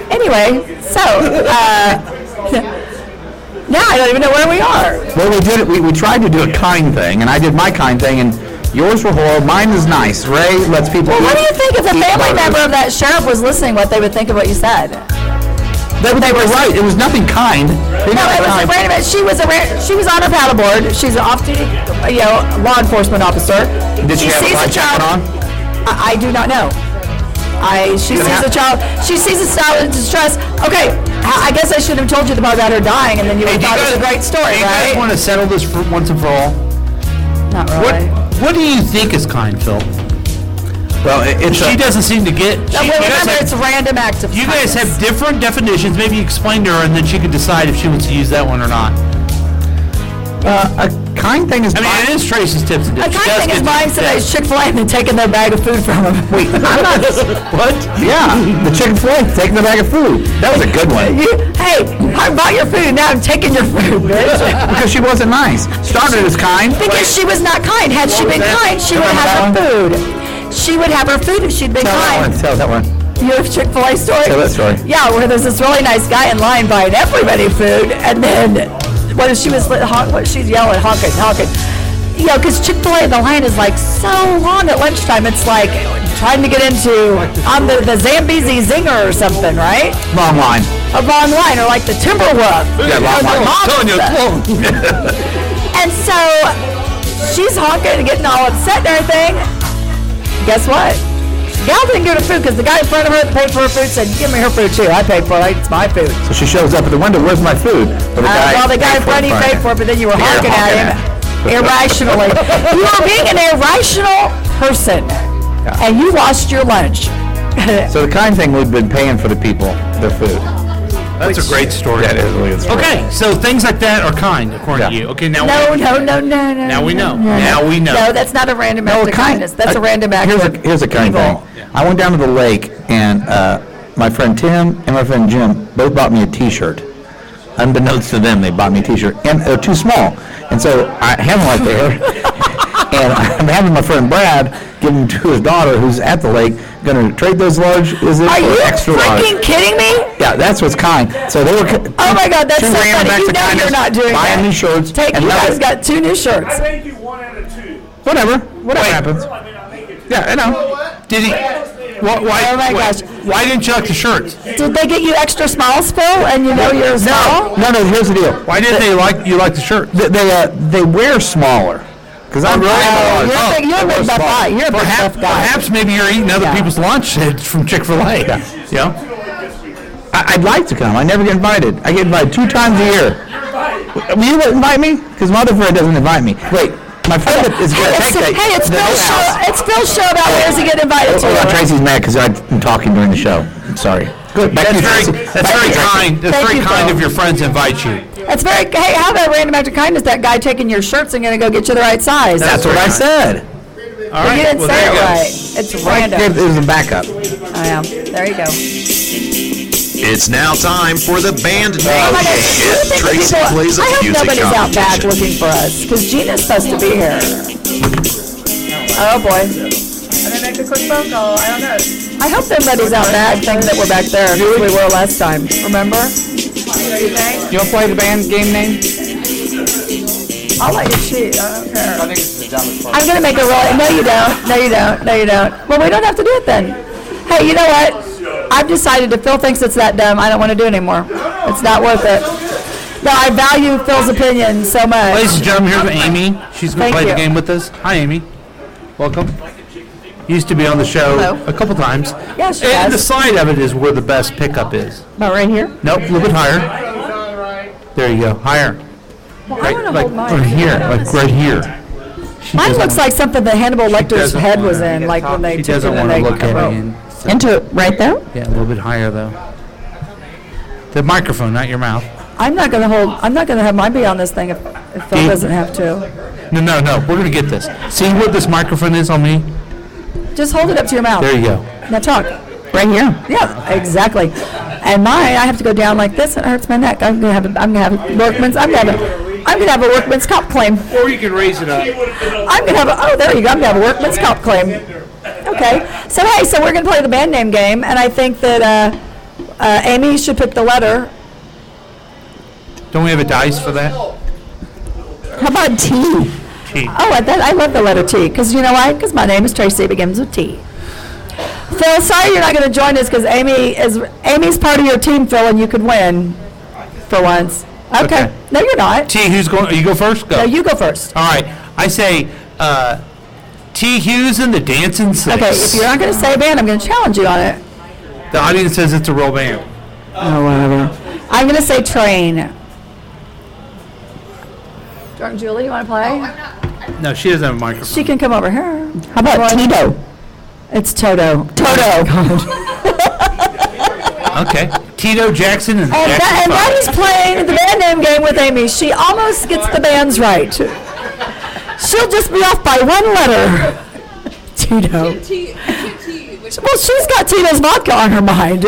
[SPEAKER 4] Anyway, so uh, <laughs> now I don't even know where we are.
[SPEAKER 2] Well, we did it. We, we tried to do a kind thing, and I did my kind thing, and yours were horrible. Mine was nice. Ray lets people.
[SPEAKER 4] Well, what do
[SPEAKER 2] eat-
[SPEAKER 4] you think if a
[SPEAKER 2] eat
[SPEAKER 4] family
[SPEAKER 2] burgers.
[SPEAKER 4] member of that sheriff was listening? What they would think of what you said?
[SPEAKER 2] They, they were right. It was nothing kind. They
[SPEAKER 4] No,
[SPEAKER 2] never
[SPEAKER 4] it was
[SPEAKER 2] kind.
[SPEAKER 4] wait a minute. She was a ra- she was on her paddleboard. She's an off-duty, you know, law enforcement officer.
[SPEAKER 2] Did she, have a
[SPEAKER 4] sees
[SPEAKER 2] side
[SPEAKER 4] child.
[SPEAKER 2] jacket on?
[SPEAKER 4] I, I do not know. I she
[SPEAKER 2] You
[SPEAKER 4] sees
[SPEAKER 2] have-
[SPEAKER 4] a child. She sees a child in distress. Okay, I I guess I should have told you the part about her dying, and then you would
[SPEAKER 3] do
[SPEAKER 4] have thought
[SPEAKER 3] you
[SPEAKER 4] it was a
[SPEAKER 3] guys-
[SPEAKER 4] great story,
[SPEAKER 3] do you guys
[SPEAKER 4] right?
[SPEAKER 3] want to settle this for once and for all?
[SPEAKER 4] Not
[SPEAKER 3] What
[SPEAKER 4] really.
[SPEAKER 3] What do you think is kind, Phil?
[SPEAKER 2] Well, it, it's
[SPEAKER 3] She
[SPEAKER 2] a,
[SPEAKER 3] doesn't seem to get.
[SPEAKER 4] Uh,
[SPEAKER 3] she-
[SPEAKER 4] well,
[SPEAKER 3] you guys
[SPEAKER 4] remember,
[SPEAKER 3] have-
[SPEAKER 4] it's a random act of
[SPEAKER 3] You guys
[SPEAKER 4] kindness.
[SPEAKER 3] have different definitions. Maybe explain to her, and then she can decide if she wants to use that one or not.
[SPEAKER 2] uh, a kind thing is.
[SPEAKER 3] I mean, it is Tracy's tips and
[SPEAKER 4] A
[SPEAKER 3] tips. She
[SPEAKER 4] kind
[SPEAKER 3] does
[SPEAKER 4] thing
[SPEAKER 3] get to
[SPEAKER 4] is buying
[SPEAKER 3] do
[SPEAKER 4] somebody's
[SPEAKER 3] that.
[SPEAKER 4] Chick-fil-A and then taking their bag of food from them.
[SPEAKER 2] Wait, I'm
[SPEAKER 4] <laughs>
[SPEAKER 2] not. what? Yeah, the chicken fil taking the bag of food. That was a good one
[SPEAKER 4] You, hey, I bought your food, now I'm taking your food, bitch.
[SPEAKER 2] because she wasn't nice. Started as kind.
[SPEAKER 4] Because she was not kind. Had she been kind, she would
[SPEAKER 2] Remember
[SPEAKER 4] have
[SPEAKER 2] that
[SPEAKER 4] her food. She would have her food if she'd been
[SPEAKER 2] Tell that
[SPEAKER 4] kind.
[SPEAKER 2] one. Tell that one.
[SPEAKER 4] Your Chick-fil-A story?
[SPEAKER 2] Tell that story.
[SPEAKER 4] Yeah, where there's this really nice guy in line buying everybody food, and then when she was li- honk, what she's yelling, honking, honking. You know, because Chick-fil-A, the line is like so long at lunchtime. It's like trying to get into on the, the Zambezi Zinger or something, right?
[SPEAKER 2] Long line.
[SPEAKER 4] A long line, or like the Timberwolf.
[SPEAKER 2] Yeah, long
[SPEAKER 4] or
[SPEAKER 2] line.
[SPEAKER 4] the Mama's Best. And so she's honking and getting all upset and everything. Guess what? Gal didn't give her food because the guy in front of her that paid for her food said, "Give me her food too. I paid for it. It's my food."
[SPEAKER 2] So she shows up at the window. Where's my food? Well, the
[SPEAKER 4] Uh, well, the guy in front of you paid for it, but then you were
[SPEAKER 2] Yeah,
[SPEAKER 4] honking at
[SPEAKER 2] honking
[SPEAKER 4] him <laughs>
[SPEAKER 2] at him.
[SPEAKER 4] irrationally. you were being an irrational person, and you lost your lunch. <laughs>
[SPEAKER 2] So the kind thing we've been paying for the people, their food.
[SPEAKER 3] That's a great story.
[SPEAKER 2] That is really good. story.
[SPEAKER 3] Okay, so things like that are kind, according to
[SPEAKER 2] Yeah.
[SPEAKER 3] you. Okay, now
[SPEAKER 4] no,
[SPEAKER 3] we,
[SPEAKER 4] no, no, no, no.
[SPEAKER 3] now we know.
[SPEAKER 4] No, no,
[SPEAKER 3] Now we know.
[SPEAKER 4] No, that's not a random act of kindness. That's a random act
[SPEAKER 2] Oh, uh, Here's
[SPEAKER 4] of
[SPEAKER 2] a, here's a kind
[SPEAKER 4] evil.
[SPEAKER 2] thing. I went down to the lake and uh, my friend Tim and my friend Jim both bought me a T-shirt. Unbeknownst to them, they bought me a T-shirt and they're too small. And so I had one right there. <laughs> And I'm having my friend Brad give them to his daughter who's at the lake. Going to trade those large? Is it
[SPEAKER 4] Are you
[SPEAKER 2] extra large?
[SPEAKER 4] freaking kidding me?
[SPEAKER 2] Yeah, that's what's kind. So they were. c-
[SPEAKER 4] Oh my God, that's
[SPEAKER 2] two
[SPEAKER 4] so
[SPEAKER 2] grand
[SPEAKER 4] funny.
[SPEAKER 2] back
[SPEAKER 4] You
[SPEAKER 2] to
[SPEAKER 4] know
[SPEAKER 2] kindness,
[SPEAKER 4] you're not doing
[SPEAKER 2] buying
[SPEAKER 4] that.
[SPEAKER 2] new shirts.
[SPEAKER 4] Take
[SPEAKER 2] and
[SPEAKER 4] you
[SPEAKER 2] love
[SPEAKER 4] guys
[SPEAKER 2] it.
[SPEAKER 4] got two new shirts.
[SPEAKER 8] made you one out of two.
[SPEAKER 2] whatever. Whatever happens.
[SPEAKER 8] I mean, I make it two.
[SPEAKER 2] Yeah, I know.
[SPEAKER 3] Did he? Why, why,
[SPEAKER 4] Oh
[SPEAKER 3] why,
[SPEAKER 4] my gosh.
[SPEAKER 3] why didn't you like the shirts?
[SPEAKER 4] Did they get you extra small spill and you
[SPEAKER 2] Oh,
[SPEAKER 4] know you're small?
[SPEAKER 2] No, no. Here's the deal.
[SPEAKER 3] Why didn't they like you like the shirt?
[SPEAKER 2] They they, uh, they wear smaller. Because I'm really
[SPEAKER 4] Oh,
[SPEAKER 2] large.
[SPEAKER 4] you're a big, you're a big buff guy. You're a big
[SPEAKER 3] Perhaps,
[SPEAKER 4] buff guy.
[SPEAKER 3] perhaps maybe you're eating other
[SPEAKER 4] Yeah.
[SPEAKER 3] people's lunch <laughs> that's from Chick Fil A. Yeah.
[SPEAKER 2] I, I'd like to come. I never get invited. I get invited two times a year. Will you invite me? Because my other friend doesn't invite me. Wait, my friend is
[SPEAKER 4] Hey,
[SPEAKER 2] going to
[SPEAKER 4] it's,
[SPEAKER 2] take that.
[SPEAKER 4] hey, it's
[SPEAKER 2] the
[SPEAKER 4] Phil's
[SPEAKER 2] house.
[SPEAKER 4] show. It's Phil's show about where's he get invited to.
[SPEAKER 2] Oh, yeah, Tracy's mad because I'm talking during the show. I'm sorry. Good. Back
[SPEAKER 3] That's
[SPEAKER 2] to you,
[SPEAKER 3] very,
[SPEAKER 2] Tracy.
[SPEAKER 3] that's
[SPEAKER 2] Back to
[SPEAKER 3] very
[SPEAKER 2] you, Tracy.
[SPEAKER 3] kind. That's
[SPEAKER 4] Thank
[SPEAKER 3] very
[SPEAKER 4] you,
[SPEAKER 3] kind
[SPEAKER 4] Phil.
[SPEAKER 3] of your friends to invite you.
[SPEAKER 4] It's very hey. How about random act of kindness? That guy taking your shirts and gonna go get you the right size.
[SPEAKER 2] That's what I said.
[SPEAKER 3] All
[SPEAKER 4] you
[SPEAKER 3] right.
[SPEAKER 4] didn't
[SPEAKER 3] Well,
[SPEAKER 4] say
[SPEAKER 3] there
[SPEAKER 4] it
[SPEAKER 3] you go.
[SPEAKER 4] right. It's random.
[SPEAKER 2] It was a backup.
[SPEAKER 4] I am. There you go.
[SPEAKER 7] It's now time for the band
[SPEAKER 4] Oh
[SPEAKER 7] name
[SPEAKER 4] my gosh.
[SPEAKER 7] change.
[SPEAKER 4] Who think
[SPEAKER 7] Tracy
[SPEAKER 4] people,
[SPEAKER 7] plays a
[SPEAKER 4] I hope
[SPEAKER 7] music
[SPEAKER 4] nobody's out back
[SPEAKER 7] competition.
[SPEAKER 4] looking for us because Gina's supposed to be here. Oh boy. And I make a quick phone call. I don't know. I hope nobody's out back thinking that we're back there because we were last time. Remember?
[SPEAKER 2] You want to play the band game name?
[SPEAKER 4] I'll let you cheat. I don't care. I'm gonna make a roll. No, you don't. No, you don't. No, you don't. Well, we don't have to do it then. Hey, you know what? I've decided if Phil thinks it's that dumb, I don't want to do it anymore. It's not worth it. No, I value Phil's opinion so much.
[SPEAKER 3] Ladies and gentlemen, here's Amy. She's going
[SPEAKER 4] Thank
[SPEAKER 3] to play the
[SPEAKER 4] you.
[SPEAKER 3] game with us. Hi, Amy. Welcome. Used to be on the show
[SPEAKER 4] Hello.
[SPEAKER 3] a couple times.
[SPEAKER 4] Yeah, she
[SPEAKER 3] and
[SPEAKER 4] does.
[SPEAKER 3] the side of it is where the best pickup is.
[SPEAKER 4] About right here?
[SPEAKER 3] Nope, a little bit higher. There you go, higher.
[SPEAKER 4] Oh, I want to
[SPEAKER 3] Like
[SPEAKER 4] hold
[SPEAKER 3] right
[SPEAKER 4] mine.
[SPEAKER 3] here, like right here. She
[SPEAKER 4] Mine
[SPEAKER 3] doesn't-
[SPEAKER 4] looks like something that Hannibal Lecter's
[SPEAKER 3] doesn't
[SPEAKER 4] head was
[SPEAKER 3] wanna-
[SPEAKER 4] in, like when they
[SPEAKER 3] She
[SPEAKER 4] took it
[SPEAKER 3] doesn't
[SPEAKER 4] and
[SPEAKER 3] want to
[SPEAKER 4] they
[SPEAKER 3] look at it.
[SPEAKER 4] wrote.
[SPEAKER 3] in.
[SPEAKER 9] Into it right there?
[SPEAKER 3] Oh. Yeah, a little bit higher though. The microphone, not your mouth.
[SPEAKER 4] I'm not going to hold, I'm not going to have mine be on this thing if if Phil
[SPEAKER 3] Deep.
[SPEAKER 4] doesn't have to.
[SPEAKER 3] No, no, no. We're gonna get this. See what this microphone is on me?
[SPEAKER 4] Just hold it up to your mouth.
[SPEAKER 3] There you go.
[SPEAKER 4] Now talk.
[SPEAKER 9] Right here?
[SPEAKER 4] Yeah, exactly. And mine, I have to go down like this. It hurts my neck. I'm gonna have, a, I'm gonna have workman's. I'm gonna, have a, I'm gonna have a workman's comp claim.
[SPEAKER 6] Or you can raise it up.
[SPEAKER 4] I'm gonna have a, oh, there you go. I'm gonna have a workman's comp claim. Okay. So hey, so we're gonna play the band name game, and I think that uh, uh, Amy should pick the letter.
[SPEAKER 3] Don't we have a dice for that?
[SPEAKER 4] How about T?
[SPEAKER 3] T.
[SPEAKER 4] Oh, I, that, I love the letter T because you know why? Because my name is Tracy. It begins with T. Phil, sorry you're not gonna join us because Amy is Amy's part of your team, Phil, and you could win for once. Okay.
[SPEAKER 3] Okay.
[SPEAKER 4] No, you're not.
[SPEAKER 3] T. Who's going? You go first. Go.
[SPEAKER 4] No, you go first.
[SPEAKER 3] All right. I say uh, T. Hughes and the Dancing Six.
[SPEAKER 4] Okay, if you're not going to say a band, I'm going to challenge you on it.
[SPEAKER 3] the audience says it's a real band.
[SPEAKER 4] Oh, whatever. I'm going to say train. Drunk Julie, you want to play?
[SPEAKER 3] No, she doesn't have a microphone.
[SPEAKER 4] She can come over here.
[SPEAKER 9] How about Tito?
[SPEAKER 4] It's Toto.
[SPEAKER 3] Oh
[SPEAKER 4] Toto.
[SPEAKER 3] Okay. Tito Jackson and the
[SPEAKER 4] And
[SPEAKER 3] Jackson
[SPEAKER 4] Oh, that, and
[SPEAKER 3] Five.
[SPEAKER 4] that is playing the band name game with Amy. She almost gets the bands right. She'll just be off by one letter. Tito. Well, she's got Tito's vodka on her mind.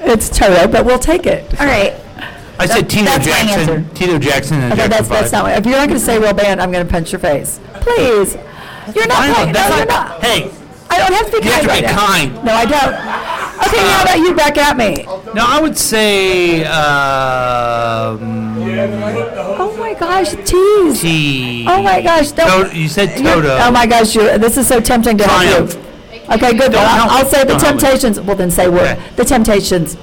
[SPEAKER 4] It's Toto, but we'll take it.
[SPEAKER 9] All right.
[SPEAKER 3] I said Tito
[SPEAKER 9] that's my answer.
[SPEAKER 3] Jackson. Tito Jackson and the
[SPEAKER 4] Okay,
[SPEAKER 3] Jackson
[SPEAKER 4] that's, that's
[SPEAKER 3] Five.
[SPEAKER 4] not, if you're not gonna say real band, I'm gonna punch your face. Please. You're not,
[SPEAKER 3] I know,
[SPEAKER 4] playing- no,
[SPEAKER 3] that's
[SPEAKER 4] you're
[SPEAKER 3] not-
[SPEAKER 4] not.
[SPEAKER 3] Hey,
[SPEAKER 4] I don't have to be
[SPEAKER 3] you have
[SPEAKER 4] kind
[SPEAKER 3] to
[SPEAKER 4] right
[SPEAKER 3] be
[SPEAKER 4] now.
[SPEAKER 3] kind.
[SPEAKER 4] No, I don't. Okay, how about you back at me?
[SPEAKER 3] No, I would say um,
[SPEAKER 4] Oh my gosh, tease.
[SPEAKER 3] T.
[SPEAKER 4] Oh my gosh,
[SPEAKER 3] Toto-
[SPEAKER 4] don't.
[SPEAKER 3] you said
[SPEAKER 4] you're-
[SPEAKER 3] Toto.
[SPEAKER 4] Oh my gosh, you, this is so tempting to help
[SPEAKER 3] Triumph.
[SPEAKER 4] you. Okay, good,
[SPEAKER 3] Don't
[SPEAKER 4] then I'll,
[SPEAKER 3] help
[SPEAKER 4] I'll
[SPEAKER 3] me.
[SPEAKER 4] say the
[SPEAKER 3] Don't help me.
[SPEAKER 4] Temptations, well then say what,
[SPEAKER 3] Okay.
[SPEAKER 4] the Temptations.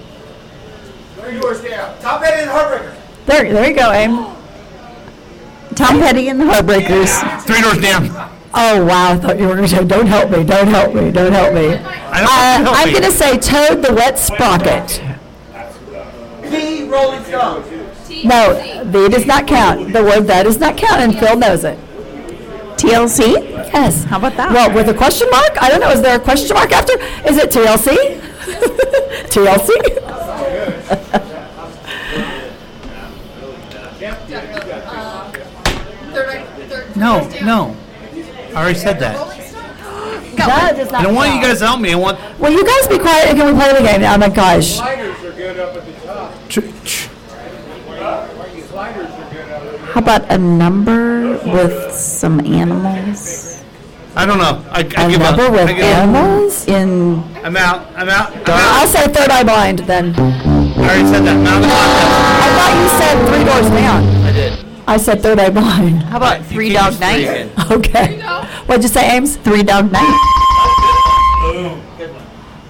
[SPEAKER 6] Top end and heartbreaker.
[SPEAKER 4] There, there you go, Aim.
[SPEAKER 9] Tom Petty and the Heartbreakers.
[SPEAKER 3] Three doors down.
[SPEAKER 4] Oh wow, I thought you were gonna say, don't help me, don't help me, don't help me.
[SPEAKER 3] I don't
[SPEAKER 4] Uh,
[SPEAKER 3] help
[SPEAKER 4] I'm
[SPEAKER 3] me.
[SPEAKER 4] gonna say Toad the Wet Sprocket.
[SPEAKER 6] The Rolling Stones.
[SPEAKER 4] No, the does not count. The word that does not count, and Phil knows it.
[SPEAKER 9] TLC?
[SPEAKER 4] Yes.
[SPEAKER 9] How about that?
[SPEAKER 4] Well, with a question mark? I don't know. Is there a question mark after? Is it <laughs> TLC? TLC?
[SPEAKER 3] No, no. I already said that.
[SPEAKER 4] That does not
[SPEAKER 3] I don't want you
[SPEAKER 4] count.
[SPEAKER 3] guys to help me. I want
[SPEAKER 4] Will you guys be quiet and can we play the game? Oh my gosh.
[SPEAKER 9] How about a number with some animals?
[SPEAKER 3] I don't know. I, I
[SPEAKER 4] A
[SPEAKER 3] give up.
[SPEAKER 4] number
[SPEAKER 3] I
[SPEAKER 4] with
[SPEAKER 3] give up.
[SPEAKER 4] animals?
[SPEAKER 9] In
[SPEAKER 3] I'm out. I'm out. I'm out.
[SPEAKER 4] I'll say Third Eye Blind then.
[SPEAKER 3] I already said that. I'm out of the contest.
[SPEAKER 4] I thought you said Three Doors Down.
[SPEAKER 3] I did.
[SPEAKER 4] I said Third Eye
[SPEAKER 3] <laughs>
[SPEAKER 4] Blind.
[SPEAKER 9] How about Three Dog Night?
[SPEAKER 4] <laughs> Okay. What'd you say, Ames?
[SPEAKER 9] Three Dog Night.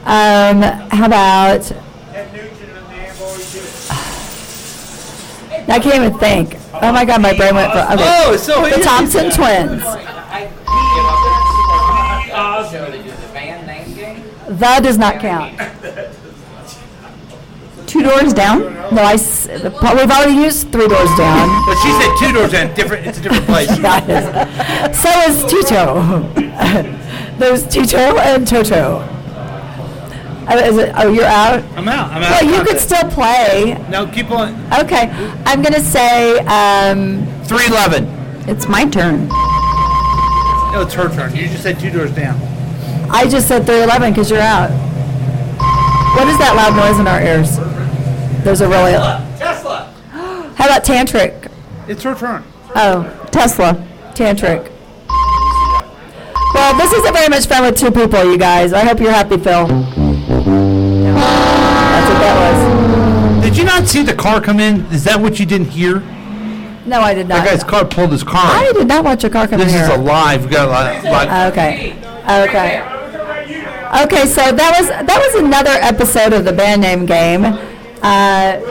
[SPEAKER 4] Um, how about? <sighs> I can't even think. Oh my god, my brain went for okay.
[SPEAKER 3] Oh, it's so
[SPEAKER 4] the
[SPEAKER 3] easy.
[SPEAKER 4] Thompson twins. The does not count.
[SPEAKER 9] Two Doors Down?
[SPEAKER 4] No, I. s- the po- We've already used three doors down.
[SPEAKER 3] But she said two doors down. Different. It's a different
[SPEAKER 4] <laughs>
[SPEAKER 3] place.
[SPEAKER 4] That is- so is Tito. <laughs> There's Tito and Toto. Oh, is it, oh, you're out.
[SPEAKER 3] I'm out. I'm
[SPEAKER 4] Well,
[SPEAKER 3] out. of
[SPEAKER 4] you could
[SPEAKER 3] contest.
[SPEAKER 4] still play.
[SPEAKER 3] No, keep on.
[SPEAKER 4] Okay, I'm gonna say. Um,
[SPEAKER 3] Three eleven.
[SPEAKER 9] It's my turn.
[SPEAKER 3] No, it's her turn. You just said two doors down.
[SPEAKER 4] I just said 311 because you're out. What is that loud noise in our ears? There's a really.
[SPEAKER 6] Tesla.
[SPEAKER 4] <gasps> How about tantric?
[SPEAKER 3] It's her turn.
[SPEAKER 4] Oh, Tesla. Tantric. Well, this isn't very much fun with two people, you guys. I hope you're happy, Phil. That's what that
[SPEAKER 3] Did you not see the car come in? Is that what you didn't hear?
[SPEAKER 4] was. No, I did not.
[SPEAKER 3] That guy's car pulled his car.
[SPEAKER 4] I did not watch your car come
[SPEAKER 3] this
[SPEAKER 4] here.
[SPEAKER 3] is a live. We got a live. live.
[SPEAKER 4] Okay. Okay. Okay, so that was that was another episode of the band name game. Uh,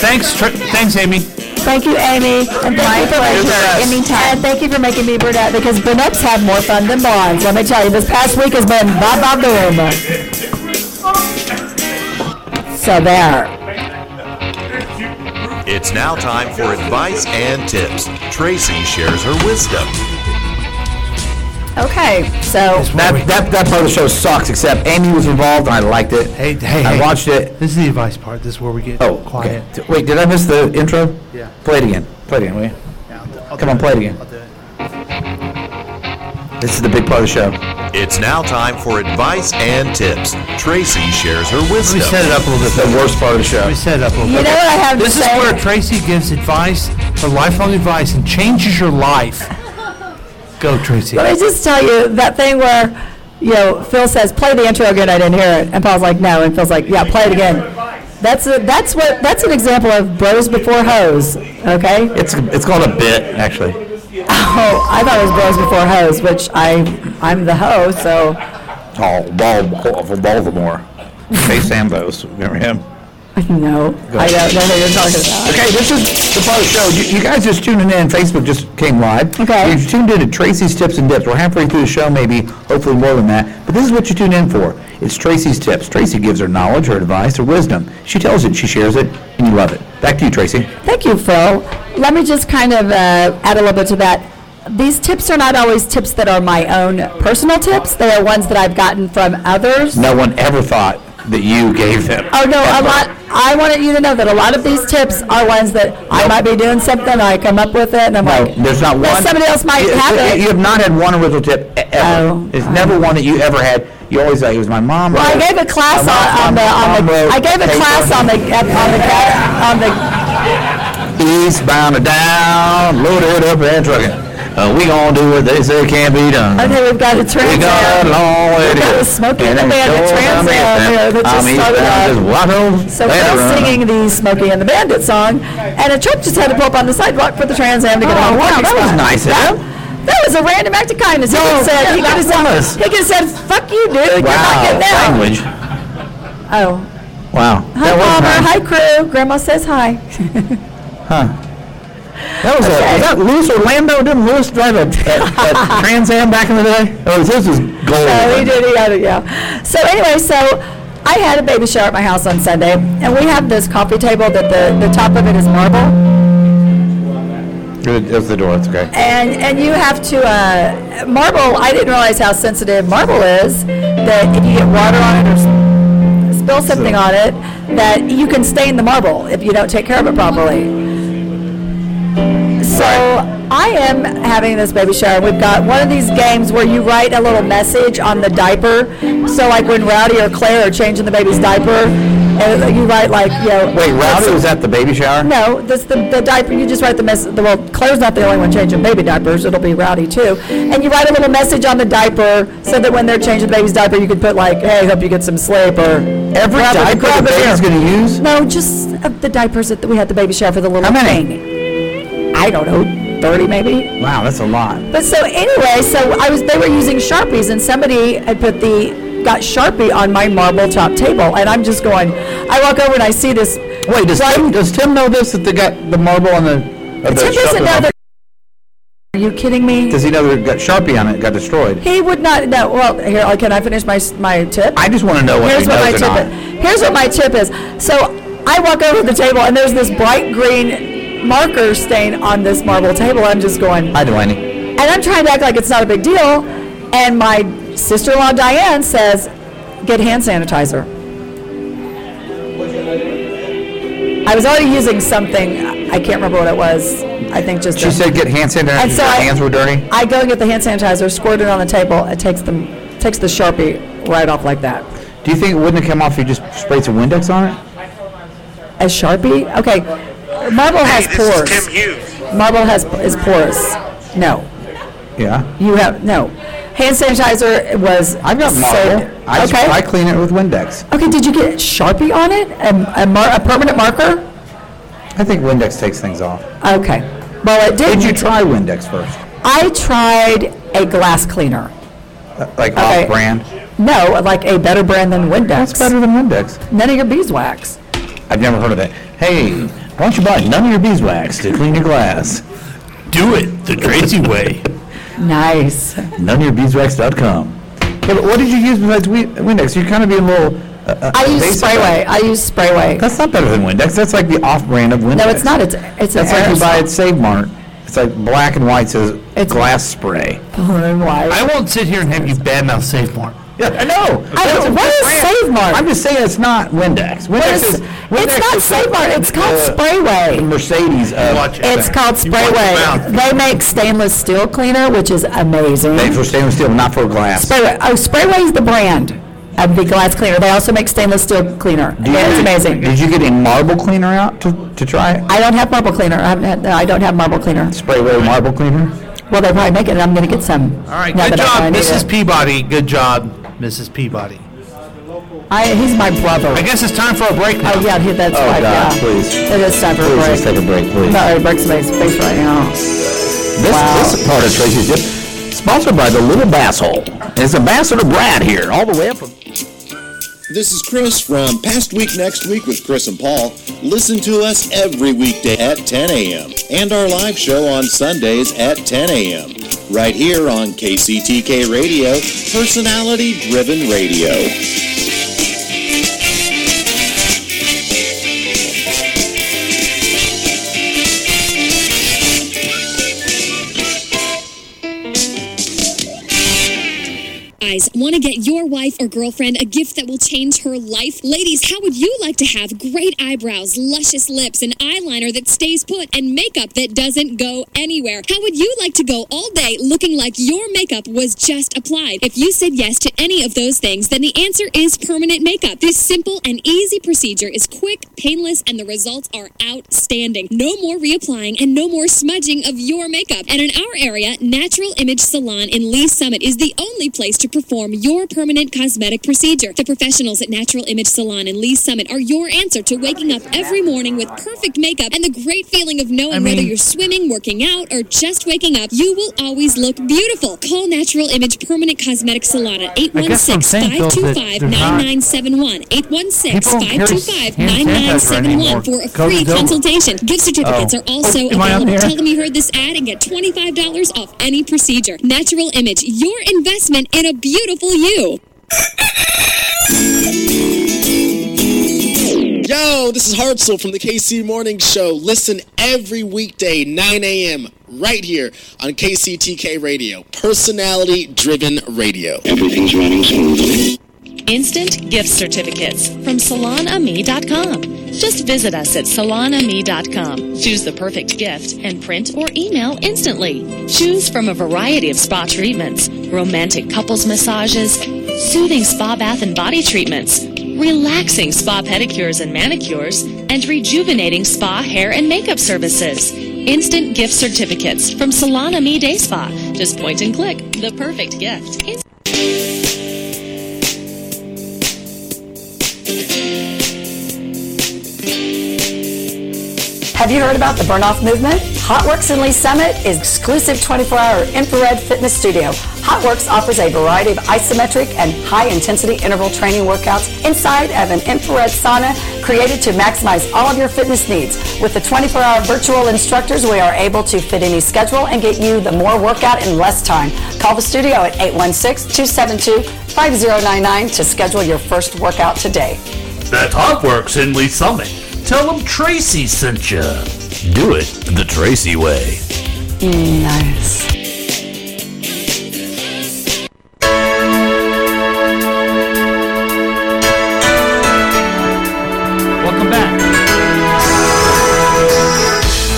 [SPEAKER 3] Thanks, tr- thanks, Amy.
[SPEAKER 4] Thank you, Amy. And thank you for making And thank you for making me brunette because brunettes have more fun than blondes. Let me tell you, this past week has been ba ba boom. So there.
[SPEAKER 7] It's now time for advice and tips. Tracy shares her wisdom.
[SPEAKER 4] Okay, so
[SPEAKER 2] That, that, that part of the show sucks, except Amy was involved and I liked it.
[SPEAKER 10] Hey, hey,
[SPEAKER 2] I
[SPEAKER 10] hey.
[SPEAKER 2] watched it.
[SPEAKER 10] This is the advice part. This is where we get
[SPEAKER 2] Oh,
[SPEAKER 10] quiet.
[SPEAKER 2] okay. Wait, did I miss the intro?
[SPEAKER 10] Yeah.
[SPEAKER 2] Play it again. Play it again, will you?
[SPEAKER 10] Yeah, I'll do- I'll
[SPEAKER 2] Come
[SPEAKER 10] do
[SPEAKER 2] on,
[SPEAKER 10] it.
[SPEAKER 2] play it again.
[SPEAKER 10] I'll do it.
[SPEAKER 2] This is the big part of the show.
[SPEAKER 7] It's now time for advice and tips. Tracy shares her
[SPEAKER 10] Let
[SPEAKER 7] wisdom.
[SPEAKER 10] me set it up a little bit.
[SPEAKER 2] The worst part of the show.
[SPEAKER 10] Let me set it up a little
[SPEAKER 4] you know
[SPEAKER 10] bit.
[SPEAKER 4] what I have to
[SPEAKER 10] This is
[SPEAKER 4] say?
[SPEAKER 10] where Tracy gives advice, her lifelong advice, and changes your life. Go, Tracy.
[SPEAKER 4] Let me just tell you that thing where, you know, Phil says, "Play the intro again." I didn't hear it, and Paul's like, "No," and Phil's like, "Yeah, play it again." That's a, that's what that's an example of bros before hoes. Okay.
[SPEAKER 2] It's, it's called a bit, actually.
[SPEAKER 4] Oh, I thought it was bros before hoes, which I I'm the hoe, so
[SPEAKER 2] Oh, Bal- Bal- Baltimore. Jay Sambos, remember him?
[SPEAKER 4] no, I don't know who you're talking about.
[SPEAKER 2] Okay, this is the part of the show. You, you guys just tuning in. Facebook just came live.
[SPEAKER 4] Okay.
[SPEAKER 2] You tuned in to Tracy's Tips and Dips. We're halfway through the show, maybe, hopefully more than that. But this is what you tune in for. It's Tracy's Tips. Tracy gives her knowledge, her advice, her wisdom. She tells it, she shares it, and you love it. Back to you, Tracy.
[SPEAKER 4] Thank you, Phil. Let me just kind of uh, add a little bit to that. These tips are not always tips that are my own personal tips. They are ones that I've gotten from others.
[SPEAKER 2] No one ever thought that you gave them.
[SPEAKER 4] Oh no, a
[SPEAKER 2] Ever.
[SPEAKER 4] lot. I wanted you to know that a lot of these tips are ones that I might be doing something. I come up with it, and I'm
[SPEAKER 2] No,
[SPEAKER 4] like,
[SPEAKER 2] there's not
[SPEAKER 4] "Well,
[SPEAKER 2] one.
[SPEAKER 4] somebody else might
[SPEAKER 2] You-
[SPEAKER 4] have
[SPEAKER 2] you-
[SPEAKER 4] it.
[SPEAKER 2] You have not had one original tip e- ever.
[SPEAKER 4] Oh,
[SPEAKER 2] It's
[SPEAKER 4] I-
[SPEAKER 2] never one that you ever had. You always thought it was my mom.
[SPEAKER 4] Well, I
[SPEAKER 2] wrote-
[SPEAKER 4] gave a class
[SPEAKER 2] my mom-
[SPEAKER 4] on, on the
[SPEAKER 2] my
[SPEAKER 4] on
[SPEAKER 2] mom
[SPEAKER 4] the.
[SPEAKER 2] wrote
[SPEAKER 4] I gave a
[SPEAKER 2] paper.
[SPEAKER 4] class on the on the on the.
[SPEAKER 2] Eastbound or down, loaded up and trucking. Uh, we gonna do what they say can be done.
[SPEAKER 4] Okay, we've got a
[SPEAKER 2] We
[SPEAKER 4] transit.
[SPEAKER 2] got a long way to
[SPEAKER 4] We've got
[SPEAKER 2] go.
[SPEAKER 4] a Smokey and
[SPEAKER 2] And
[SPEAKER 4] the
[SPEAKER 2] I'm
[SPEAKER 4] Bandit
[SPEAKER 2] sure
[SPEAKER 4] trans
[SPEAKER 2] I'm
[SPEAKER 4] out
[SPEAKER 2] eastbound.
[SPEAKER 4] there that just
[SPEAKER 2] I'm
[SPEAKER 4] started
[SPEAKER 2] eastbound,
[SPEAKER 4] up.
[SPEAKER 2] just
[SPEAKER 4] So
[SPEAKER 2] waddle, better
[SPEAKER 4] Phil's
[SPEAKER 2] run.
[SPEAKER 4] singing the Smokey and the Bandit song, and a truck just had to pull up on the sidewalk for the Trans Am to get
[SPEAKER 2] Oh,
[SPEAKER 4] on. the
[SPEAKER 2] wow,
[SPEAKER 4] parking
[SPEAKER 2] that was
[SPEAKER 4] spot.
[SPEAKER 2] nice of
[SPEAKER 4] That-
[SPEAKER 2] him.
[SPEAKER 4] That was a random act of kindness. He could have said, he
[SPEAKER 2] yeah,
[SPEAKER 4] could have
[SPEAKER 2] that
[SPEAKER 4] said,
[SPEAKER 2] was.
[SPEAKER 4] he could have said, "Fuck you, dude. You're not
[SPEAKER 2] Wow,
[SPEAKER 4] getting out."
[SPEAKER 2] language.
[SPEAKER 4] Oh,
[SPEAKER 2] Wow.
[SPEAKER 4] hi,
[SPEAKER 2] That was
[SPEAKER 4] Palmer.
[SPEAKER 2] nice.
[SPEAKER 4] Hi, crew. Grandma says hi.
[SPEAKER 2] That was a,
[SPEAKER 4] Okay.
[SPEAKER 2] was that Louis Orlando? Didn't Louis drive a,
[SPEAKER 4] <laughs>
[SPEAKER 2] a, a Trans Am back in the day? Oh, this was gold.
[SPEAKER 4] Oh, he did, he had it, yeah. So anyway, so I had a baby shower at my house on Sunday, and we have this coffee table that the, the top of it is marble.
[SPEAKER 2] Good. That's the door. That's okay.
[SPEAKER 4] And, and you have to, uh, marble, I didn't realize how sensitive marble is, that if you get water on it or s- spill something on it, that you can stain the marble if you don't take care of it properly. So I am having this baby shower. We've got one of these games where you write a little message on the diaper. So like when Rowdy or Claire are changing the baby's diaper, and you write like, you know.
[SPEAKER 2] Wait, Rowdy was at the baby shower?
[SPEAKER 4] No, this, the, the diaper, you just write the message, well, Claire's not the only one changing baby diapers, it'll be Rowdy too. And you write a little message on the diaper so that when they're changing the baby's diaper, you can put like, hey, hope you get some sleep or.
[SPEAKER 2] Every
[SPEAKER 4] "Grab it-
[SPEAKER 2] diaper the
[SPEAKER 4] grab it here."
[SPEAKER 2] baby's gonna use?
[SPEAKER 4] No, just uh, the diapers that we had the baby shower for the little
[SPEAKER 2] How many?
[SPEAKER 4] thing. I don't know, 30 maybe?
[SPEAKER 2] Wow, that's a lot.
[SPEAKER 4] But so anyway, so I was they were using sharpies, and somebody had put the got sharpie on my marble top table, and I'm just going. I walk over and I see this.
[SPEAKER 2] Wait, does
[SPEAKER 4] white-
[SPEAKER 2] Tim, does Tim know this, that they got the marble on the... or the
[SPEAKER 4] Tim doesn't
[SPEAKER 2] sharpie
[SPEAKER 4] know
[SPEAKER 2] on-
[SPEAKER 4] that. Are you kidding me?
[SPEAKER 2] Does he know that it got Sharpie on it, got destroyed?
[SPEAKER 4] He would not know. Well, here, uh, can I finish my s- my tip?
[SPEAKER 2] I just want to know what he
[SPEAKER 4] Here's what my
[SPEAKER 2] knows or
[SPEAKER 4] tip
[SPEAKER 2] not.
[SPEAKER 4] is. Here's what my tip is. So I walk over to the table, and there's this bright green marker stain on this marble table. I'm just going.
[SPEAKER 2] Hi, Delaney.
[SPEAKER 4] And I'm trying to act like it's not a big deal. And my sister in law Diane says, get hand sanitizer. I was already using something, I can't remember what it was. I think just.
[SPEAKER 2] She
[SPEAKER 4] a-
[SPEAKER 2] said get hand sanitizer,
[SPEAKER 4] And
[SPEAKER 2] your
[SPEAKER 4] so I-
[SPEAKER 2] hands were dirty.
[SPEAKER 4] I go and get the hand sanitizer, squirt it on the table, it takes them, takes the Sharpie right off like that.
[SPEAKER 2] Do you think it wouldn't have come off if you just sprayed some Windex on it?
[SPEAKER 4] A Sharpie? Okay. Marble has pores.
[SPEAKER 8] Hughes.
[SPEAKER 4] Marble has, is porous. No.
[SPEAKER 2] Yeah.
[SPEAKER 4] You have, no. Hand sanitizer was.
[SPEAKER 2] I've got
[SPEAKER 4] soap.
[SPEAKER 2] marble. I, just-
[SPEAKER 4] Okay.
[SPEAKER 2] I clean it with Windex.
[SPEAKER 4] Okay, did you get Sharpie on it? A, a, mar- a permanent marker?
[SPEAKER 2] I think Windex takes things off.
[SPEAKER 4] Okay. Well, it didn't.
[SPEAKER 2] Did you try Windex first?
[SPEAKER 4] I tried a glass cleaner.
[SPEAKER 2] Uh, Like
[SPEAKER 4] Okay.
[SPEAKER 2] off-brand?
[SPEAKER 4] No, like a better brand than Windex.
[SPEAKER 2] That's better than Windex.
[SPEAKER 4] None of your beeswax.
[SPEAKER 2] I've never heard of it. Hey, why don't you buy none of your beeswax to clean your glass?
[SPEAKER 3] Do it the <laughs> Tracy way.
[SPEAKER 4] Nice.
[SPEAKER 2] Noneofyourbeeswax.com. Yeah, but what did you use besides Win- Windex? You're kind of being a little. Uh, uh,
[SPEAKER 4] I use
[SPEAKER 2] basic.
[SPEAKER 4] Sprayway. I use Sprayway.
[SPEAKER 2] That's not better than Windex. That's like the off-brand of Windex.
[SPEAKER 4] No, it's not. It's it's an
[SPEAKER 2] That's like you buy
[SPEAKER 4] aerosol.
[SPEAKER 2] at Save Mart. It's like black and white says
[SPEAKER 4] It's-
[SPEAKER 2] glass spray.
[SPEAKER 4] Why?
[SPEAKER 3] I won't sit here and have you badmouth SafeMart.
[SPEAKER 2] Yeah, I know.
[SPEAKER 4] I don't- what is Save Mart?
[SPEAKER 2] I'm just saying it's not Windex. Windex
[SPEAKER 4] What is-
[SPEAKER 2] is.
[SPEAKER 4] It's not Save Mart. It's called
[SPEAKER 2] uh, The
[SPEAKER 4] Sprayway.
[SPEAKER 2] Mercedes. Of,
[SPEAKER 10] Watch it.
[SPEAKER 4] It's called Sprayway. They make stainless steel cleaner, which is amazing.
[SPEAKER 2] Made for stainless steel, not for glass.
[SPEAKER 4] Sprayway. Oh, Sprayway is the brand of the glass cleaner. They also make stainless steel cleaner.
[SPEAKER 2] Did
[SPEAKER 4] It's
[SPEAKER 2] you-
[SPEAKER 4] amazing.
[SPEAKER 2] Did you get a marble cleaner out to, to try it?
[SPEAKER 4] I don't have marble cleaner. I haven't had, no, I don't have marble cleaner.
[SPEAKER 2] Spray with a marble cleaner?
[SPEAKER 4] Well, they probably make it, and I'm going to get some.
[SPEAKER 3] All right, good job, Mrs. Peabody. Good job, Mrs. Peabody.
[SPEAKER 4] I, he's my brother.
[SPEAKER 3] I guess it's time for a break now.
[SPEAKER 4] Oh, yeah, he- that's
[SPEAKER 2] Oh,
[SPEAKER 4] right, yeah.
[SPEAKER 2] God, please.
[SPEAKER 4] It is time for a
[SPEAKER 2] Please,
[SPEAKER 4] break.
[SPEAKER 2] let's take a break, please.
[SPEAKER 4] I'm not ready to break somebody's face right now.
[SPEAKER 2] This, this part of Tracy's Dip, sponsored by the Little Bass Hole. It's Ambassador Brad here, all the way up from.
[SPEAKER 11] This is Chris from Past Week Next Week with Chris and Paul. Listen to us every weekday at 10 a.m. and our live show on Sundays at 10 a.m. right here on KCTK Radio, personality driven radio.
[SPEAKER 12] Guys, want to get your wife or girlfriend a gift that will change her life? Ladies, how would you like to have great eyebrows, luscious lips, an eyeliner that stays put, and makeup that doesn't go anywhere? How would you like to go all day looking like your makeup was just applied? If you said yes to any of those things, then the answer is permanent makeup. This simple and easy procedure is quick, painless, and the results are outstanding. No more reapplying and no more smudging of your makeup. And in our area, Natural Image Salon in Lee Summit is the only place to perform your permanent cosmetic procedure. The professionals at Natural Image Salon in Lee Summit are your answer to waking up every morning with perfect makeup and the great feeling of knowing whether you're swimming, working out, or just waking up, you will always look beautiful. Call Natural Image Permanent Cosmetic Salon at
[SPEAKER 10] I guess I'm saying, Bill, that they're not-
[SPEAKER 12] 816-525-9971.
[SPEAKER 10] People don't carry hand sanitizer
[SPEAKER 12] 816-525-9971
[SPEAKER 10] anymore.
[SPEAKER 12] for a
[SPEAKER 10] COVID's
[SPEAKER 12] free
[SPEAKER 10] over.
[SPEAKER 12] consultation. Gift certificates
[SPEAKER 10] Oh.
[SPEAKER 12] are also
[SPEAKER 10] Am I on
[SPEAKER 12] available.
[SPEAKER 10] the air?
[SPEAKER 12] Tell them you heard this ad and get $25 off any procedure. Natural Image, your investment in a beautiful you.
[SPEAKER 13] Yo, this is Hartzell from the KC Morning Show. Listen every weekday, 9 a.m., right here on KCTK Radio, personality driven radio. Everything's running smoothly.
[SPEAKER 14] Instant gift certificates from salonami.com. Just visit us at salonami.com. Choose the perfect gift and print or email instantly. Choose from a variety of spa treatments, romantic couples massages, soothing spa bath and body treatments, relaxing spa pedicures and manicures, and rejuvenating spa hair and makeup services. Instant gift certificates from Salonami Day Spa. Just point and click the perfect gift.
[SPEAKER 4] Have you heard about the Burn Off Movement? HotWorks in Lee Summit is exclusive 24-hour infrared fitness studio. HotWorks offers a variety of isometric and high-intensity interval training workouts inside of an infrared sauna created to maximize all of your fitness needs. With the 24-hour virtual instructors, we are able to fit any schedule and get you the more workout in less time. Call the studio at 816-272-5099 to schedule your first workout today.
[SPEAKER 15] That hot works in Lee Summit. Tell them Tracy sent you. Do it the Tracy way.
[SPEAKER 4] Nice.
[SPEAKER 3] Welcome back.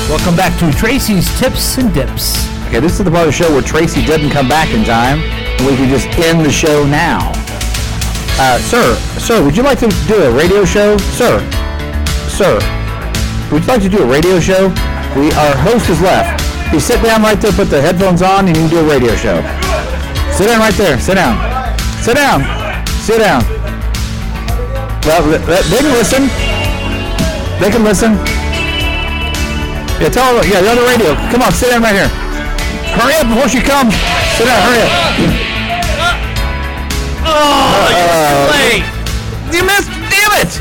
[SPEAKER 3] Welcome back to Tracy's Tips and Dips.
[SPEAKER 2] Okay, this is the part of the show where Tracy doesn't come back in time, and we can just end the show now. Uh, sir, sir, would you like to do a radio show? Sir, sir, would you like to do a radio show? We, our host has left. You sit down right there, put the headphones on, and you can do a radio show. Sit down right there. Sit down. Sit down. Sit down. Well, th- th- they can listen. They can listen. Yeah, tell them. Yeah, they're on the radio. Come on, sit down right here. Hurry up before she comes. Sit down. Hurry up.
[SPEAKER 3] Oh, you late. You missed. Damn it.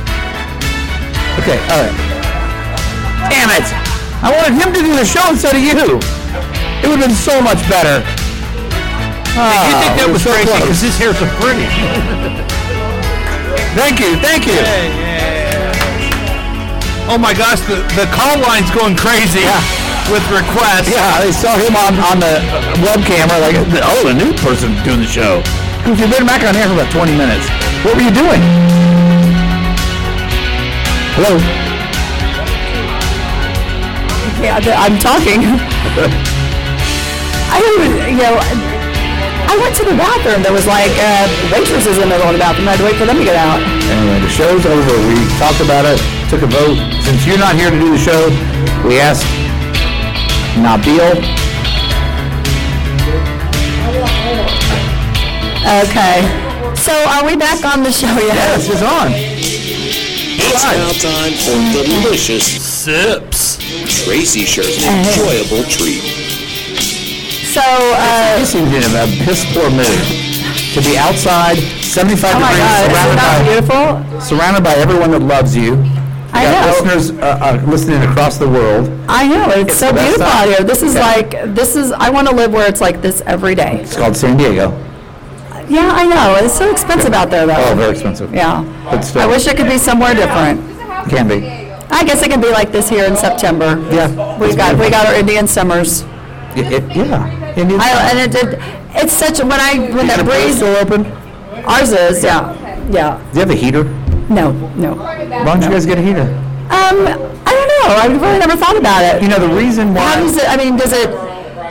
[SPEAKER 2] Okay, all right. Damn it! I wanted him to do the show instead of you. It would have been so much better.
[SPEAKER 3] you
[SPEAKER 2] Ah,
[SPEAKER 3] think
[SPEAKER 15] Oh,
[SPEAKER 3] that
[SPEAKER 2] we were
[SPEAKER 3] was
[SPEAKER 2] so
[SPEAKER 3] crazy
[SPEAKER 2] close.
[SPEAKER 3] because his hair's so pretty.
[SPEAKER 2] thank you, thank you.
[SPEAKER 3] Oh my gosh, the, the call line's going crazy with requests.
[SPEAKER 2] Yeah, they saw him on, on the web camera, like, oh, the new person doing the show. Because you've been back on here for about 20 minutes. What were you doing? Hello?
[SPEAKER 4] Yeah, th- I'm
[SPEAKER 2] <laughs>
[SPEAKER 4] talking. I don't even, you know, I went to the bathroom. There was like uh, waitresses in the middle of the bathroom. I had to wait for them to get out.
[SPEAKER 2] Anyway, the show's over. We talked about it, took a vote. Since you're not here to do the show, we asked Nabil.
[SPEAKER 4] Okay. So are we back on the show yet? Yes,
[SPEAKER 2] it's on.
[SPEAKER 11] It's now time for delicious sips. Tracy shares an
[SPEAKER 4] Uh-huh.
[SPEAKER 11] enjoyable treat.
[SPEAKER 4] So, uh,
[SPEAKER 2] he seemed in a piss poor mood. To be outside, 75
[SPEAKER 4] Oh my
[SPEAKER 2] degrees,
[SPEAKER 4] God, isn't
[SPEAKER 2] surrounded
[SPEAKER 4] that
[SPEAKER 2] by
[SPEAKER 4] beautiful?
[SPEAKER 2] surrounded by everyone that loves you.
[SPEAKER 4] I
[SPEAKER 2] Got
[SPEAKER 4] know.
[SPEAKER 2] Listeners uh, uh, listening across the world.
[SPEAKER 4] I know it's, so
[SPEAKER 2] the best
[SPEAKER 4] beautiful
[SPEAKER 2] time.
[SPEAKER 4] out here. This is
[SPEAKER 2] Yeah.
[SPEAKER 4] like this is. I want to live where it's like this every day.
[SPEAKER 2] It's called San Diego.
[SPEAKER 4] Yeah, I know. It's so expensive out there, though.
[SPEAKER 2] Oh, very expensive.
[SPEAKER 4] Yeah.
[SPEAKER 2] But still,
[SPEAKER 4] I wish it could be somewhere different.
[SPEAKER 2] can be.
[SPEAKER 4] I guess it can be like this here in September.
[SPEAKER 2] Yeah.
[SPEAKER 4] We've got we got our Indian summers.
[SPEAKER 2] It, it, yeah. Indian
[SPEAKER 4] I, and it did. It's such when I when
[SPEAKER 2] Is
[SPEAKER 4] that
[SPEAKER 2] your place
[SPEAKER 4] breeze.
[SPEAKER 2] still open?
[SPEAKER 4] Ours is. Yeah. Yeah.
[SPEAKER 2] Do you have a heater?
[SPEAKER 4] No. No.
[SPEAKER 2] Why don't you guys get a heater?
[SPEAKER 4] Um, I don't know. I've really never thought about it. You
[SPEAKER 2] know, the reason why.
[SPEAKER 4] How does it? I mean, does it?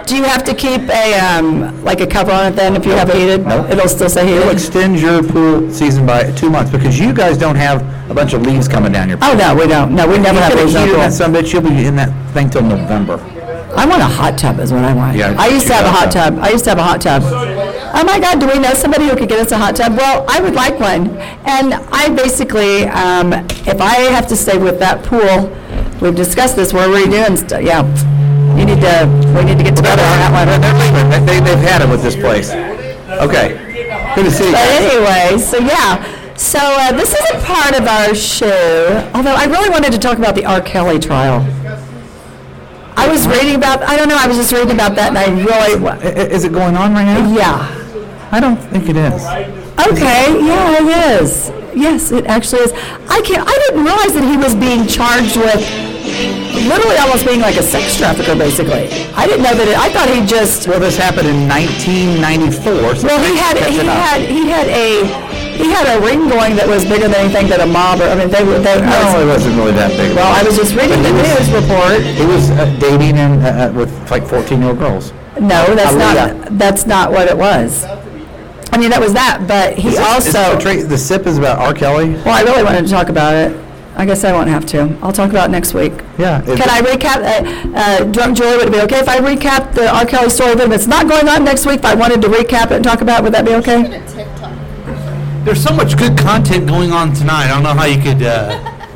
[SPEAKER 4] Do you have to keep a um, like a cover on it then if you have it heated? No. It'll still say
[SPEAKER 2] It'll
[SPEAKER 4] heated.
[SPEAKER 2] extend your pool season by two months because you guys don't have a bunch of leaves coming down your pool.
[SPEAKER 4] Oh, no, we don't. No, we
[SPEAKER 2] If
[SPEAKER 4] never
[SPEAKER 2] you
[SPEAKER 4] have
[SPEAKER 2] get a
[SPEAKER 4] leaves on
[SPEAKER 2] heater in
[SPEAKER 4] pool.
[SPEAKER 2] that sunbitch, you'll be in that thing till November.
[SPEAKER 4] I want a hot tub is what I want.
[SPEAKER 2] Yeah.
[SPEAKER 4] I used to have a hot tub. I used to have a hot tub. Oh my God, do we know somebody who could get us a hot tub? Well, I would like one. And I basically, um, if I have to stay with that pool, we've discussed this, we're redoing stuff, yeah. You need to, we need to get together on that one.
[SPEAKER 2] They, they've had it with this place. Okay. Good to see you.
[SPEAKER 4] But anyway, so yeah. So uh, this isn't part of our show, although I really wanted to talk about the R. Kelly trial. I was reading about, I don't know, I was just reading about that and I really, wa-
[SPEAKER 2] Is it going on right now?
[SPEAKER 4] yeah.
[SPEAKER 2] I don't think it is.
[SPEAKER 4] Okay, yeah, it is. Yes, it actually is. I can't, I didn't realize that he was being charged with literally almost being like a sex trafficker, basically. I didn't know that it, I thought he just,
[SPEAKER 2] Well, this happened in 1994. so
[SPEAKER 4] well, he had,
[SPEAKER 2] catch
[SPEAKER 4] he
[SPEAKER 2] it up.
[SPEAKER 4] had, he had a, he had a ring going that was bigger than anything that a mob, or, I mean, they were, they,
[SPEAKER 2] No, it wasn't really that big. of a
[SPEAKER 4] Well, I
[SPEAKER 2] deal.
[SPEAKER 4] was just reading
[SPEAKER 2] But
[SPEAKER 4] the
[SPEAKER 2] he was-
[SPEAKER 4] news report.
[SPEAKER 2] He was uh, dating and, uh, uh, with like 14-year-old girls.
[SPEAKER 4] No, that's
[SPEAKER 2] Alita.
[SPEAKER 4] not, that's not what it was. I mean, that was that, but he
[SPEAKER 2] Is this- is
[SPEAKER 4] also,
[SPEAKER 2] the tra- The sip is about R. Kelly?
[SPEAKER 4] well, I really wanted to talk about it. I guess I won't have to. I'll talk about it next week.
[SPEAKER 2] Yeah. is it-
[SPEAKER 4] Can I recap, uh, uh, Drunk Julie, would it be okay if I recap the R. Kelly story, but if it's not going on next week, if I wanted to recap it and talk about it, would that be okay?
[SPEAKER 3] There's so much good content going on tonight. I don't know how you could uh,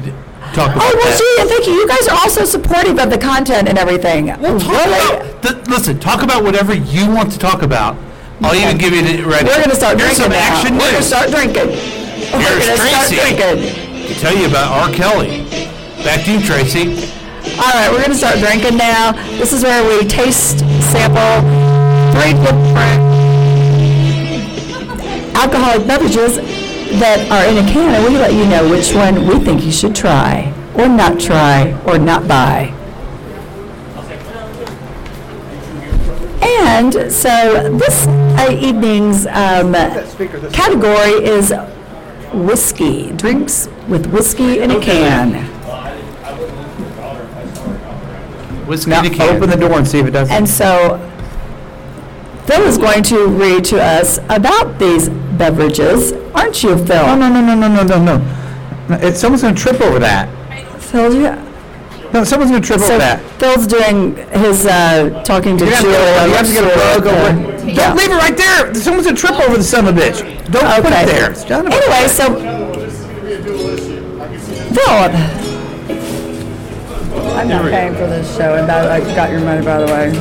[SPEAKER 3] d- talk about
[SPEAKER 4] Oh, well,
[SPEAKER 3] that.
[SPEAKER 4] gee, and thank you, you guys are also supportive of the content and everything. Really?
[SPEAKER 3] Th- listen, talk about whatever you want to talk about. I'll even give you the ready.
[SPEAKER 4] We're gonna start
[SPEAKER 3] Here's
[SPEAKER 4] drinking
[SPEAKER 3] some
[SPEAKER 4] now.
[SPEAKER 3] action
[SPEAKER 4] We're gonna
[SPEAKER 3] news.
[SPEAKER 4] start drinking. We're
[SPEAKER 3] Here's
[SPEAKER 4] gonna start
[SPEAKER 3] Tracy.
[SPEAKER 4] drinking.
[SPEAKER 3] To tell you about R. Kelly. Back to you, Tracy.
[SPEAKER 4] All right, we're gonna start drinking now. This is where we taste sample three different alcoholic beverages that are in a can, and we let you know which one we think you should try, or not try, or not buy. And so this uh, evening's um, category is whiskey, drinks with whiskey in a can.
[SPEAKER 3] Whiskey
[SPEAKER 2] Now,
[SPEAKER 3] in a can.
[SPEAKER 2] open the door and see if it does.
[SPEAKER 4] And so Phil is going to read to us about these beverages, aren't you,
[SPEAKER 2] Oh, No,
[SPEAKER 4] Phil?
[SPEAKER 2] no, no, no, no, no, no, no. It, someone's gonna trip over that.
[SPEAKER 4] Phil, you-
[SPEAKER 2] No, someone's gonna trip over
[SPEAKER 4] so
[SPEAKER 2] that.
[SPEAKER 4] Phil's doing his, uh, talking to
[SPEAKER 2] You
[SPEAKER 4] Julie.
[SPEAKER 2] have to get a- you have to get a rug
[SPEAKER 4] about
[SPEAKER 2] over.
[SPEAKER 4] the-
[SPEAKER 2] it.
[SPEAKER 4] Yeah.
[SPEAKER 2] Don't leave it right there. Someone's gonna trip over the son of a bitch. Don't put
[SPEAKER 4] Okay.
[SPEAKER 2] it there. It's done.
[SPEAKER 4] Anyway, so Phil. I'm not paying for this show, and I got your money, by the way.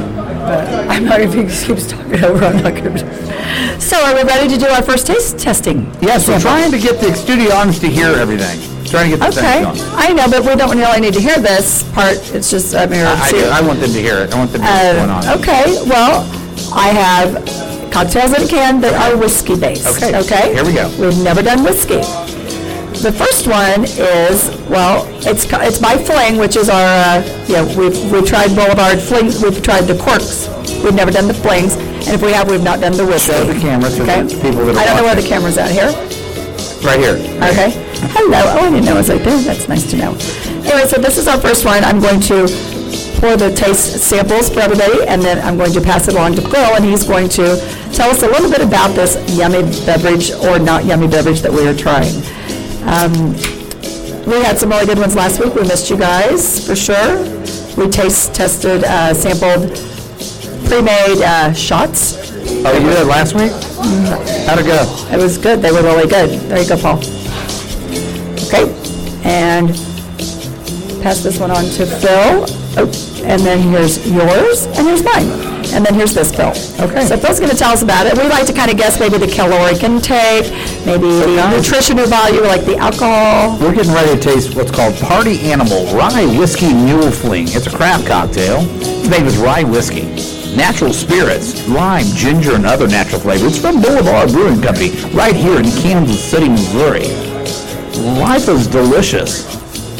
[SPEAKER 4] but I'm not, if he keeps talking over, I'm not going to. So are we ready to do our first taste testing?
[SPEAKER 2] Yes, we're trying to get the studio audience to hear everything. Trying to get the
[SPEAKER 4] Okay,
[SPEAKER 2] thing going.
[SPEAKER 4] I know, but we don't really need to hear this part, it's just a mirror.
[SPEAKER 2] I, I do. I want them to hear it. I want them to know what's going on.
[SPEAKER 4] Uh, Okay, well, I have cocktails in a can that are whiskey based.
[SPEAKER 2] Okay,
[SPEAKER 4] Okay?
[SPEAKER 2] here we go.
[SPEAKER 4] We've never done whiskey. The first one is, well, it's, co- it's by Fling, which is our, uh, you know, we've, we've tried Boulevard Fling, we've tried the corks. We've never done the flings, and if we have, we've not done the whiskey. Show the
[SPEAKER 2] camera to the people that are
[SPEAKER 4] I don't know where the
[SPEAKER 2] watching.
[SPEAKER 4] camera's at here.
[SPEAKER 2] Right here.
[SPEAKER 4] Okay. Hello. Oh, I didn't know it was right there. That's nice to know. Anyway, so this is our first one. I'm going to pour the taste samples for everybody, and then I'm going to pass it along to Phil, and he's going to tell us a little bit about this yummy beverage or not yummy beverage that we are trying. Um, we had some really good ones last week. We missed you guys for sure. We taste tested, uh, sampled pre-made uh, shots.
[SPEAKER 2] Oh, you did it last week? How'd it go?
[SPEAKER 4] It was good. They were really good. There you go, Paul. Okay, and pass this one on to Phil. Oh, and then here's yours, and here's mine. And then here's this, Phil. Okay. So Phil's going to tell us about it. We like to kind of guess maybe the caloric intake, maybe the nutritional value, like the alcohol.
[SPEAKER 2] We're getting ready to taste what's called Party Animal Rye Whiskey Mule Fling. It's a craft cocktail. It's made with rye whiskey, natural spirits, lime, ginger, and other natural flavors. It's from Boulevard Brewing Company, right here in Kansas City, Missouri. Life is delicious.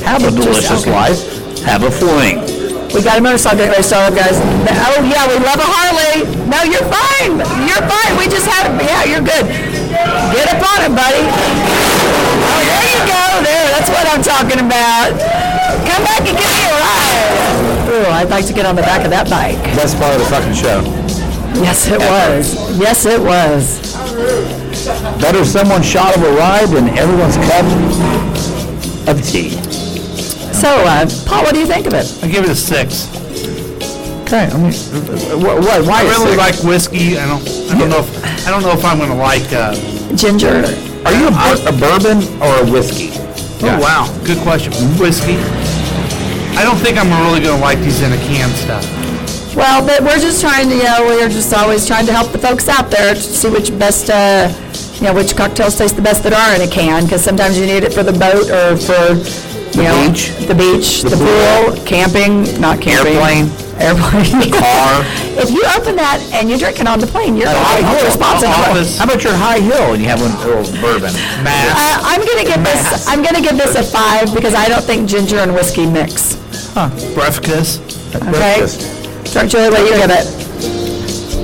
[SPEAKER 2] Have a
[SPEAKER 4] Just-
[SPEAKER 2] delicious
[SPEAKER 4] okay.
[SPEAKER 2] life. Have a fling.
[SPEAKER 4] We got a motorcycle getting ready to start up, guys. Oh, yeah, we love a Harley. No, you're fine. You're fine. We just had, yeah, you're good. Get up on it, buddy. Oh, there you go. There, that's what I'm talking about. Come back and give me a ride. Ooh, I'd like to get on the back of that bike.
[SPEAKER 2] Best part of the fucking show.
[SPEAKER 4] Yes, it was. Yes, it was.
[SPEAKER 2] Better someone shot of a rye than everyone's cup of tea.
[SPEAKER 4] So, uh, Paul, what do you think of it?
[SPEAKER 3] I give it a six.
[SPEAKER 2] Okay, I mean, what,
[SPEAKER 3] I really like whiskey. I don't. I don't know. If, I don't know if I'm gonna like uh,
[SPEAKER 4] ginger.
[SPEAKER 2] Are you a, bur- a bourbon or a whiskey?
[SPEAKER 3] Oh wow, good question. Whiskey. I don't think I'm really gonna like these in a can stuff.
[SPEAKER 4] Well, but we're just trying to, you know, we're just always trying to help the folks out there to see which best, uh, you know, which cocktails taste the best that are in a can, because sometimes you need it for the boat or for, you know,
[SPEAKER 2] beach.
[SPEAKER 4] the beach, the, pool, camping, not camping,
[SPEAKER 2] Airplane.
[SPEAKER 4] airplane,
[SPEAKER 2] car.
[SPEAKER 4] <laughs> If you open that and you're drinking on the plane, you're, Oh, you're responsible.
[SPEAKER 2] How about your high hill and you have one little bourbon?
[SPEAKER 4] Uh, I'm gonna give this, I'm gonna give this a five, because I don't think ginger and whiskey mix.
[SPEAKER 3] Huh. Breakfast.
[SPEAKER 4] Okay. Dr. Julie, what do you give it?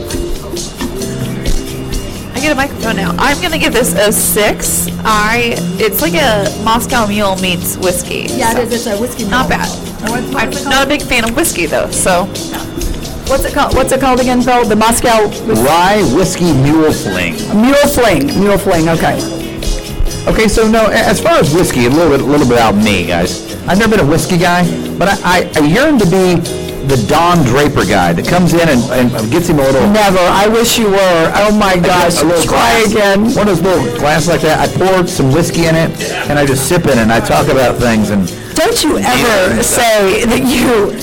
[SPEAKER 16] I get a microphone now. I'm gonna give this a six. I it's like a Moscow Mule meets whiskey.
[SPEAKER 17] Yeah,
[SPEAKER 16] so.
[SPEAKER 17] it is. It's a whiskey. malt.
[SPEAKER 16] Not bad. I'm not a big fan of whiskey though, so
[SPEAKER 4] What's it called, what's it called again, Phil? The Moscow?
[SPEAKER 2] Rye whiskey mule fling.
[SPEAKER 4] Mule fling, mule fling, okay.
[SPEAKER 2] Okay, so no, a- as far as whiskey, a little bit, a little bit about me, guys. I've never been a whiskey guy, but I, I, I yearn to be the Don Draper guy that comes in and, and gets him a little.
[SPEAKER 4] Never. I wish you were. Oh my gosh. Try again.
[SPEAKER 2] One of those little glasses like that. I poured some whiskey in it, and I just sip it, and I talk about things and.
[SPEAKER 4] Don't you ever say that you,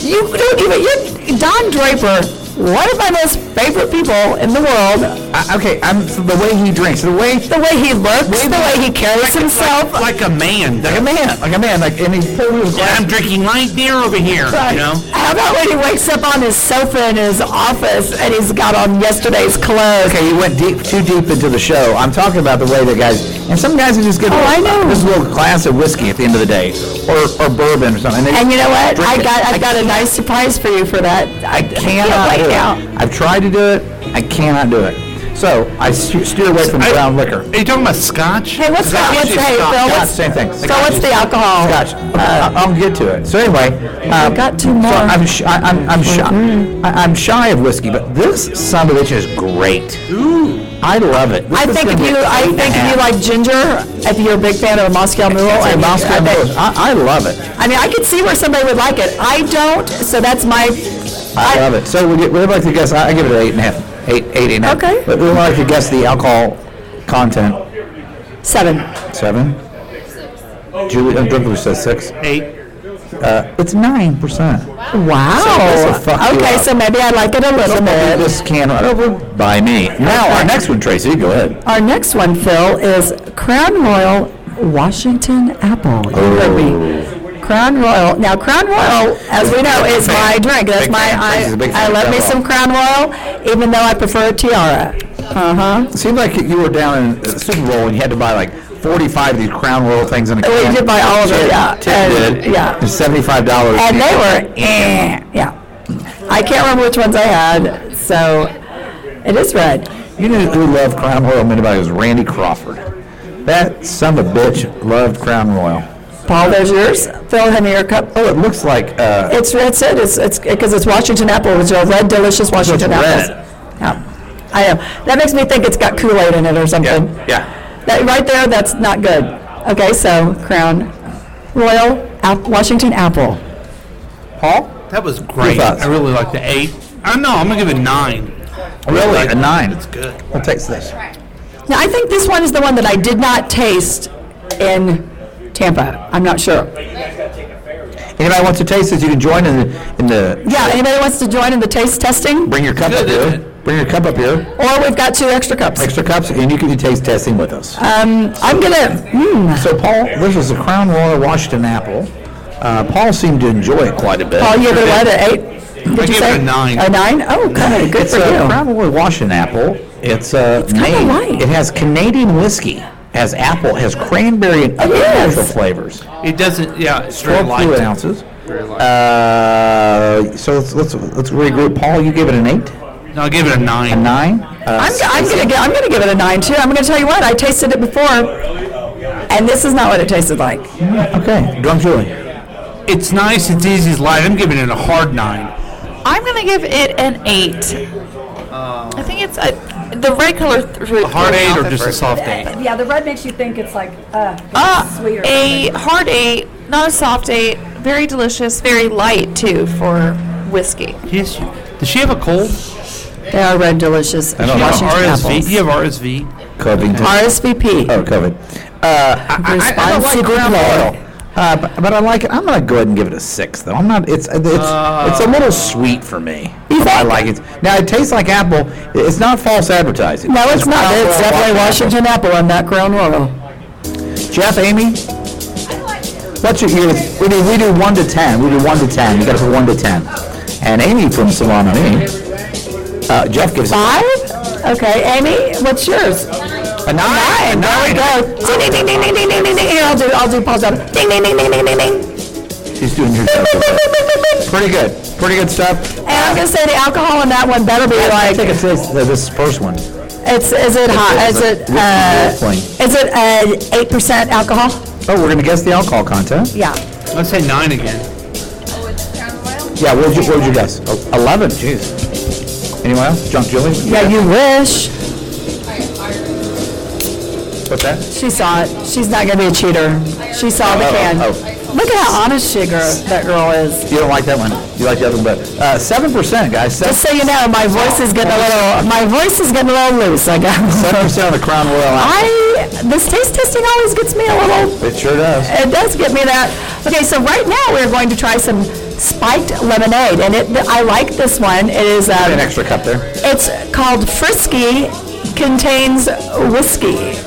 [SPEAKER 4] you don't even, you're Don Draper, one of my most favorite people in the world.
[SPEAKER 2] I, okay, I'm the way he drinks, the way
[SPEAKER 4] the way he looks, the way he carries himself.
[SPEAKER 3] Like a man.
[SPEAKER 2] Like a man. Like a man. Like and he pours.
[SPEAKER 3] Yeah, I'm drinking light beer over here.
[SPEAKER 4] Right.
[SPEAKER 3] You know.
[SPEAKER 4] How about when he wakes up on his sofa in his office and he's got on yesterday's clothes?
[SPEAKER 2] Okay, you went deep, too deep into the show. I'm talking about the way that guys, and some guys are just good. Oh, I know. Just a little glass of whiskey at the end of the day, or, or bourbon or something. they
[SPEAKER 4] And you know what?
[SPEAKER 2] drink
[SPEAKER 4] I
[SPEAKER 2] it.
[SPEAKER 4] got I got a nice surprise for you for that. I
[SPEAKER 2] cannot
[SPEAKER 4] wait
[SPEAKER 2] do it.
[SPEAKER 4] now.
[SPEAKER 2] I've tried to do it. I cannot do it. So I steer steer away from brown liquor. Are
[SPEAKER 3] you talking about scotch?
[SPEAKER 4] Hey, what's
[SPEAKER 2] Scotch.
[SPEAKER 4] that? What's hey, Phil?
[SPEAKER 2] Scotch,
[SPEAKER 4] What's,
[SPEAKER 2] same thing.
[SPEAKER 4] Phil, what's the alcohol?
[SPEAKER 2] Scotch. I- uh, I'll get to it. So anyway, uh,
[SPEAKER 4] got two more.
[SPEAKER 2] So I'm, sh- I, I'm, I'm shy. I, am shy of whiskey, but this son of a bitch is great. Ooh. I love it. This
[SPEAKER 4] I
[SPEAKER 2] is
[SPEAKER 4] think if
[SPEAKER 2] gonna be
[SPEAKER 4] you,
[SPEAKER 2] an
[SPEAKER 4] I
[SPEAKER 2] eight and a
[SPEAKER 4] think if you
[SPEAKER 2] half.
[SPEAKER 4] like ginger, if you're a big fan of Moscow Mule,
[SPEAKER 2] It's a
[SPEAKER 4] and you-
[SPEAKER 2] Moscow
[SPEAKER 4] I bet-
[SPEAKER 2] Mule. I, I love it.
[SPEAKER 4] I mean, I could see where somebody would like it. I don't, so that's my.
[SPEAKER 2] I love it. So would you, would you like to guess? I I give it an eight and a half. Eight, eight and a half.
[SPEAKER 4] Okay.
[SPEAKER 2] But we would like to guess the alcohol content.
[SPEAKER 4] Seven.
[SPEAKER 2] Seven. Julie, uh, Drinkler says six.
[SPEAKER 3] Eight.
[SPEAKER 2] Uh, it's nine percent.
[SPEAKER 4] Wow. Okay, so maybe I like it a little bit.
[SPEAKER 2] This can run over by me. Now, our next one, Tracy, go ahead.
[SPEAKER 4] Our next one, Phil, is Crown Royal Washington Apple. You heard
[SPEAKER 2] Oh.
[SPEAKER 4] me. Crown Royal. Now, Crown Royal, as we know, is my drink. That's my, I, I love me some Crown Royal, even though I prefer a tiara. Uh-huh.
[SPEAKER 2] It seemed like you were down in the Super Bowl and you had to buy like 45 of these Crown Royal things in a
[SPEAKER 4] We
[SPEAKER 2] can.
[SPEAKER 4] Oh, did buy all of it,
[SPEAKER 2] Tip-
[SPEAKER 4] yeah.
[SPEAKER 2] Tip
[SPEAKER 4] And-
[SPEAKER 2] did.
[SPEAKER 4] yeah.
[SPEAKER 2] And $75.
[SPEAKER 4] And they were, eh, yeah. I can't remember which ones I had, so it is red.
[SPEAKER 2] You know who loved Crown Royal? Anybody was Randy Crawford. That son of a bitch loved Crown Royal.
[SPEAKER 4] Paul, there's yours. Phil, hand me your cup.
[SPEAKER 2] Oh, it looks like uh,
[SPEAKER 4] It's, that's it, it's, it's, because it's Washington apple, which are red delicious Washington apples.
[SPEAKER 2] red.
[SPEAKER 4] Yeah, I am. That makes me think it's got Kool-Aid in it or
[SPEAKER 2] Um,
[SPEAKER 4] something.
[SPEAKER 2] Yeah.
[SPEAKER 4] That, right there, that's not good. Okay, so Crown Royal App- Washington Apple.
[SPEAKER 2] Paul?
[SPEAKER 3] That was great.
[SPEAKER 2] thoughts?
[SPEAKER 3] I really like the eight. I know. I'm gonna give it nine.
[SPEAKER 2] Really?
[SPEAKER 3] Like
[SPEAKER 2] A
[SPEAKER 3] it.
[SPEAKER 2] nine?
[SPEAKER 3] It's good.
[SPEAKER 2] We'll take this.
[SPEAKER 4] Now, I think this one is the one that I did not taste in Tampa. I'm not sure.
[SPEAKER 2] Anybody wants to taste this? You can join in the. In the
[SPEAKER 4] Yeah, anybody wants to join in the taste testing?
[SPEAKER 2] bring your cup up here. Bring your cup up here.
[SPEAKER 4] Or we've got two extra cups.
[SPEAKER 2] Extra cups, and you can do taste testing with us.
[SPEAKER 4] Um, I'm gonna, hmm.
[SPEAKER 2] So Paul, this is the Crown Royal Washington Apple. Uh, Paul seemed to enjoy it quite a bit.
[SPEAKER 4] Paul, you have it at eight? Did
[SPEAKER 2] I
[SPEAKER 4] you
[SPEAKER 2] gave
[SPEAKER 4] say?
[SPEAKER 2] it a nine.
[SPEAKER 4] A nine? Oh, good, good
[SPEAKER 2] It's
[SPEAKER 4] for
[SPEAKER 2] a
[SPEAKER 4] you.
[SPEAKER 2] Crown Royal Washington apple. It's uh,
[SPEAKER 4] kinda
[SPEAKER 2] Maine.
[SPEAKER 4] light.
[SPEAKER 2] It has Canadian whiskey, has apple, has cranberry and other
[SPEAKER 3] Yes.
[SPEAKER 2] natural flavors.
[SPEAKER 3] It doesn't. Yeah, it's very
[SPEAKER 2] 12
[SPEAKER 3] light.
[SPEAKER 2] fluid ounces. Uh, so let's, let's let's regroup. Paul, you give it an eight.
[SPEAKER 3] No, I give it a nine.
[SPEAKER 2] A nine. Uh,
[SPEAKER 4] I'm, g- I'm gonna, gi- I'm gonna give it a nine too. I'm gonna tell you what, I tasted it before, and this is not what it tasted like.
[SPEAKER 2] Okay, Drunk Julie.
[SPEAKER 3] It's nice. It's easy. It's light. I'm giving it a hard nine.
[SPEAKER 16] I'm going to give it an eight. I think it's a, the red color. Th-
[SPEAKER 3] A hard eight or just a soft eight?
[SPEAKER 4] Yeah, the red makes you think it's like, uh,
[SPEAKER 16] Uh, a hard eight, not a soft eight. Very delicious, very light too for whiskey.
[SPEAKER 3] Yes. Does she have a cold?
[SPEAKER 4] They are red delicious.
[SPEAKER 2] I don't know.
[SPEAKER 4] Washington
[SPEAKER 2] RSV?
[SPEAKER 4] apples.
[SPEAKER 3] You have RSV.
[SPEAKER 2] Covington. <laughs>
[SPEAKER 4] RSVP.
[SPEAKER 2] Oh, COVID. Uh, I, I, I don't like
[SPEAKER 4] Responsible.
[SPEAKER 2] ground oil. Uh, but, but I like it. I'm gonna go ahead and give it a six, though. I'm not. It's it's it's a little sweet for me. I like it. Now it tastes like apple. It's not false advertising.
[SPEAKER 4] No, it's not.
[SPEAKER 2] Crown
[SPEAKER 4] It's
[SPEAKER 2] Royal
[SPEAKER 4] definitely Washington apple and not Crown Royal.
[SPEAKER 2] apple. Jeff, Amy, what's your? your we do we do one to ten. We do one to ten. You gotta put one to ten. And Amy from Salon on Amy. Uh, Jeff gives
[SPEAKER 4] Five? Okay, Amy, what's yours? <laughs>
[SPEAKER 2] a nine.
[SPEAKER 4] Nine, there we go. Ding, ding, ding, ding, ding, ding, ding, ding, ding. Here, I'll do, I'll do Paul's job. Ding, ding, ding, ding, ding, ding, ding.
[SPEAKER 2] She's doing her job. Pretty good. Pretty good stuff.
[SPEAKER 4] And I'm gonna say the alcohol in that one better be
[SPEAKER 2] I
[SPEAKER 4] like,
[SPEAKER 2] think it's this, this first one.
[SPEAKER 4] it's, is it hot, is it, uh, is it, uh, eight percent alcohol?
[SPEAKER 2] Oh, we're gonna guess the alcohol content.
[SPEAKER 4] Yeah.
[SPEAKER 3] Let's say nine again.
[SPEAKER 2] Yeah, what would you, what would you guess? Oh, Eleven, jeez. Anyone else? Junk Julie?
[SPEAKER 4] Yeah, you wish.
[SPEAKER 2] What's that?
[SPEAKER 4] She saw it. She's not gonna be a cheater. She saw the
[SPEAKER 2] Oh, oh,
[SPEAKER 4] can.
[SPEAKER 2] oh.
[SPEAKER 4] Look at how honest she girl, that girl is.
[SPEAKER 2] You don't like that one. You like the other one better. Uh, Seven percent, guys.
[SPEAKER 4] Just so you know, my voice is getting a little, my voice is getting a little loose, I guess.
[SPEAKER 2] Seven percent of the Crown Royal. Apple.
[SPEAKER 4] I, this taste testing always gets me a little
[SPEAKER 2] It sure does.
[SPEAKER 4] It does give me that. Okay, so right now we're going to try some spiked lemonade, and it, I like this one. It is, um,
[SPEAKER 2] An extra cup there.
[SPEAKER 4] it's called Frisky, contains whiskey.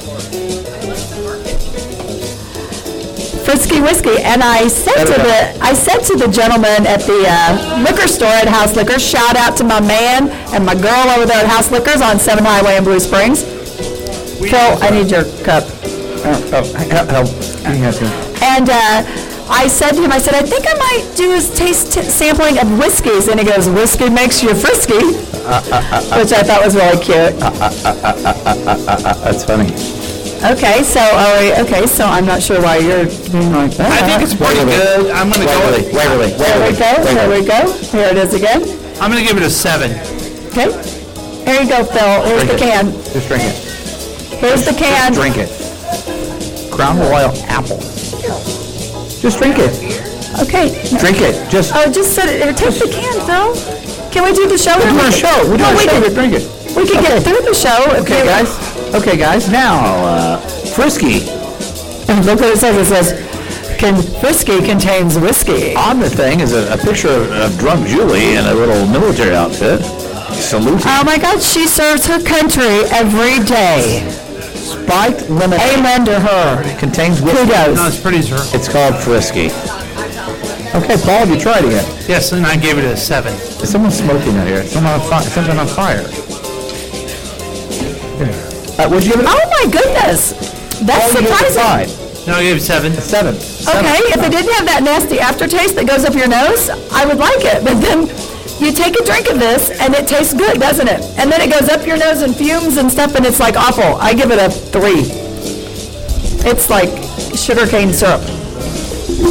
[SPEAKER 4] Frisky whiskey, and I said to the I said to the gentleman at the uh, liquor store at House Liquors, shout out to my man and my girl over there at House Liquors on Seven Highway in Blue Springs. Phil, I need your cup.
[SPEAKER 2] Oh, oh, he- help. He has to-
[SPEAKER 4] And uh, I said to him, I said, I think I might do a taste t- sampling of whiskeys. And he goes, whiskey makes you
[SPEAKER 2] <laughs>
[SPEAKER 4] frisky, which I thought was really cute.
[SPEAKER 2] That's funny.
[SPEAKER 4] Okay, so oh, wait, okay, so I'm not sure why you're being like that.
[SPEAKER 3] I think it's pretty good. I'm gonna
[SPEAKER 2] Waverly,
[SPEAKER 3] go.
[SPEAKER 2] Waverly,
[SPEAKER 4] There
[SPEAKER 2] Waverly.
[SPEAKER 4] we go. There we go. Here it is again.
[SPEAKER 3] I'm gonna give it a seven.
[SPEAKER 4] Okay. Here you go, Phil. Here's the
[SPEAKER 2] Drink it.
[SPEAKER 4] can.
[SPEAKER 2] Just drink it.
[SPEAKER 4] Here's the can.
[SPEAKER 2] Drink it. Crown Royal apple. Just drink it.
[SPEAKER 4] Okay.
[SPEAKER 2] Drink it. Just.
[SPEAKER 4] Oh, just set it. Here, take the can, Phil. Can we do the show?
[SPEAKER 2] We're doing
[SPEAKER 4] now?
[SPEAKER 2] a show. We're doing a
[SPEAKER 4] No, we
[SPEAKER 2] show.
[SPEAKER 4] can-
[SPEAKER 2] Drink it.
[SPEAKER 4] We can get through the show. if
[SPEAKER 2] Okay,
[SPEAKER 4] we-
[SPEAKER 2] guys. Okay, guys. Now, uh, Frisky.
[SPEAKER 4] And look what it says. It says,
[SPEAKER 2] whiskey contains whiskey. On the thing is a, a picture of, of drunk Julie in a little military outfit. Salute.
[SPEAKER 4] Oh my God, she serves her country every day.
[SPEAKER 2] Spiked lemonade. Amen to her. Contains whiskey.
[SPEAKER 4] Kudos. No,
[SPEAKER 2] it's pretty sure. It's called whiskey. Okay, Paul, have you tried it yet?
[SPEAKER 7] Yes, and I gave it a seven.
[SPEAKER 2] Is someone smoking out here? Someone on fire. Something on fire. Here. Uh, would you give it?
[SPEAKER 14] Oh my goodness, that's
[SPEAKER 2] Paul, you gave it a
[SPEAKER 14] surprising.
[SPEAKER 2] five.
[SPEAKER 7] No, I gave it seven.
[SPEAKER 2] Seven.
[SPEAKER 14] Okay, if it didn't have that nasty aftertaste that goes up your nose, I would like it. <laughs> But then you take a drink of this and it tastes good, doesn't it? And then it goes up your nose and fumes and stuff, and it's like awful. I give it a three. It's like sugarcane syrup.